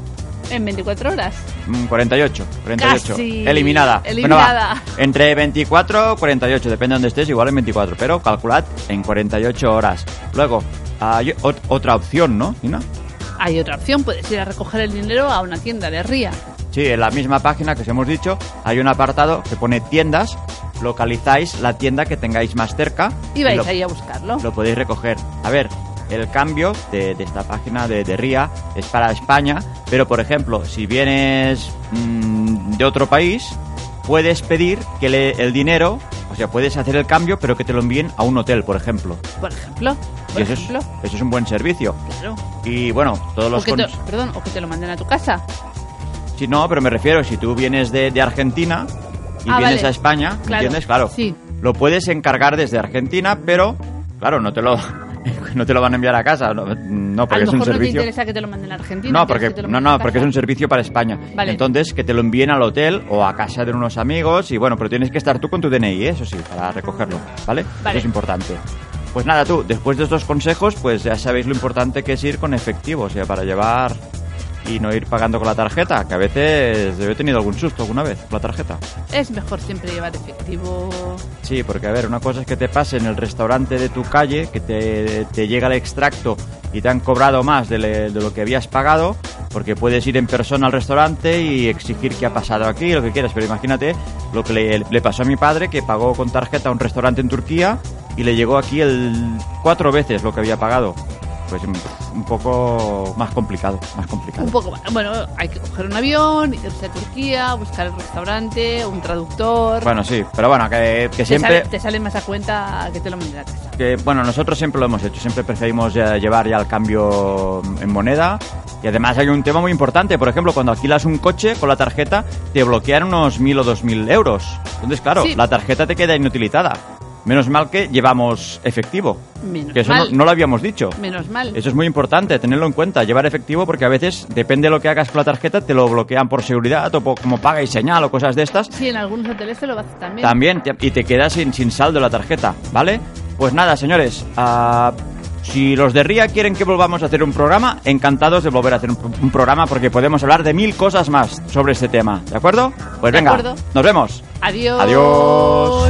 Speaker 7: 24 horas.
Speaker 3: Mm, 48, 48.
Speaker 7: Casi.
Speaker 3: Eliminada.
Speaker 7: Eliminada.
Speaker 3: Bueno, va, entre 24, 48, depende de donde estés, igual en 24, pero calculad en 48 horas. Luego, hay ot- otra opción, ¿no, Nina?
Speaker 7: Hay otra opción, puedes ir a recoger el dinero a una tienda de Ría.
Speaker 3: Sí, en la misma página que os hemos dicho, hay un apartado que pone tiendas, localizáis la tienda que tengáis más cerca
Speaker 7: Y vais
Speaker 3: lo-
Speaker 7: ahí a buscarlo.
Speaker 3: lo podéis recoger. A ver, el cambio de, de esta página de, de RIA es para España, pero por ejemplo, si vienes mm, de otro país, puedes pedir que le- el dinero, o sea, puedes hacer el cambio, pero que te lo envíen a un hotel, por ejemplo.
Speaker 7: Por ejemplo. Por
Speaker 3: Y eso, es,
Speaker 7: ejemplo.
Speaker 3: eso es un buen servicio.
Speaker 7: Claro.
Speaker 3: Y bueno, todos
Speaker 7: O
Speaker 3: los...
Speaker 7: que te,
Speaker 3: cons-
Speaker 7: perdón, o que te lo manden a tu casa.
Speaker 3: Sí, no, pero me refiero, si tú vienes de, de Argentina y
Speaker 7: Ah,
Speaker 3: vienes
Speaker 7: vale.
Speaker 3: a España, ¿me
Speaker 7: Claro,
Speaker 3: ¿entiendes? Claro.
Speaker 7: sí.
Speaker 3: Lo puedes encargar desde Argentina, pero, claro, no te lo, no te lo van a enviar a casa, no, no,
Speaker 7: A
Speaker 3: porque
Speaker 7: lo
Speaker 3: es un
Speaker 7: mejor no te
Speaker 3: servicio.
Speaker 7: interesa que te lo manden a Argentina.
Speaker 3: No,
Speaker 7: quieres
Speaker 3: porque,
Speaker 7: que te lo
Speaker 3: no,
Speaker 7: manden a
Speaker 3: no,
Speaker 7: tu
Speaker 3: porque es
Speaker 7: casa.
Speaker 3: un servicio para España.
Speaker 7: Vale.
Speaker 3: Entonces, que te lo envíen al hotel o a casa de unos amigos y bueno, pero tienes que estar tú con tu DNI, ¿eh? eso sí, para recogerlo, ¿vale? Eso
Speaker 7: Vale.
Speaker 3: es importante. Pues nada, tú, después de estos consejos, pues ya sabéis lo importante que es ir con efectivo, o sea, para llevar y no ir pagando con la tarjeta, que a veces yo he tenido algún susto alguna vez con la tarjeta.
Speaker 7: Es mejor siempre llevar efectivo.
Speaker 3: Sí, porque a ver, una cosa es que te pase en el restaurante de tu calle, que te, te llega el extracto y te han cobrado más de, le- de lo que habías pagado, porque puedes ir en persona al restaurante y exigir qué ha pasado aquí, lo que quieras, pero imagínate lo que le, le pasó a mi padre, que pagó con tarjeta a un restaurante en Turquía y le llegó aquí el cuatro veces lo que había pagado. pues un un poco más complicado, más complicado.
Speaker 7: Un poco más. Bueno, hay que coger un avión, irse a Turquía, buscar el restaurante, un traductor.
Speaker 3: Bueno, sí, pero bueno, que, que
Speaker 7: te,
Speaker 3: siempre...
Speaker 7: sale, te sale más a cuenta que te lo manden a casa.
Speaker 3: que, bueno, nosotros siempre lo hemos hecho, siempre preferimos eh, llevar ya el cambio en moneda. Y además hay un tema muy importante, por ejemplo, cuando alquilas un coche con la tarjeta te bloquean unos mil o dos mil euros. Entonces, claro,
Speaker 7: Sí.
Speaker 3: la tarjeta te queda inutilizada. Menos mal que llevamos efectivo.
Speaker 7: Menos
Speaker 3: que eso no-
Speaker 7: mal.
Speaker 3: no lo habíamos dicho.
Speaker 7: Menos mal.
Speaker 3: Eso es muy importante, tenerlo en cuenta, llevar efectivo porque a veces, depende de lo que hagas con la tarjeta, te lo bloquean por seguridad o por- como paga y señal o cosas de estas.
Speaker 7: Sí, en algunos hoteles te lo vas también.
Speaker 3: También, te- y te quedas sin, sin saldo la tarjeta, ¿vale? Pues nada, señores, ah, si los de RIA quieren que volvamos a hacer un programa, encantados de volver a hacer un, pro- un programa porque podemos hablar de mil cosas más sobre este tema, ¿de acuerdo? Pues
Speaker 7: De
Speaker 3: venga,
Speaker 7: acuerdo.
Speaker 3: nos vemos.
Speaker 7: Adiós.
Speaker 3: Adiós.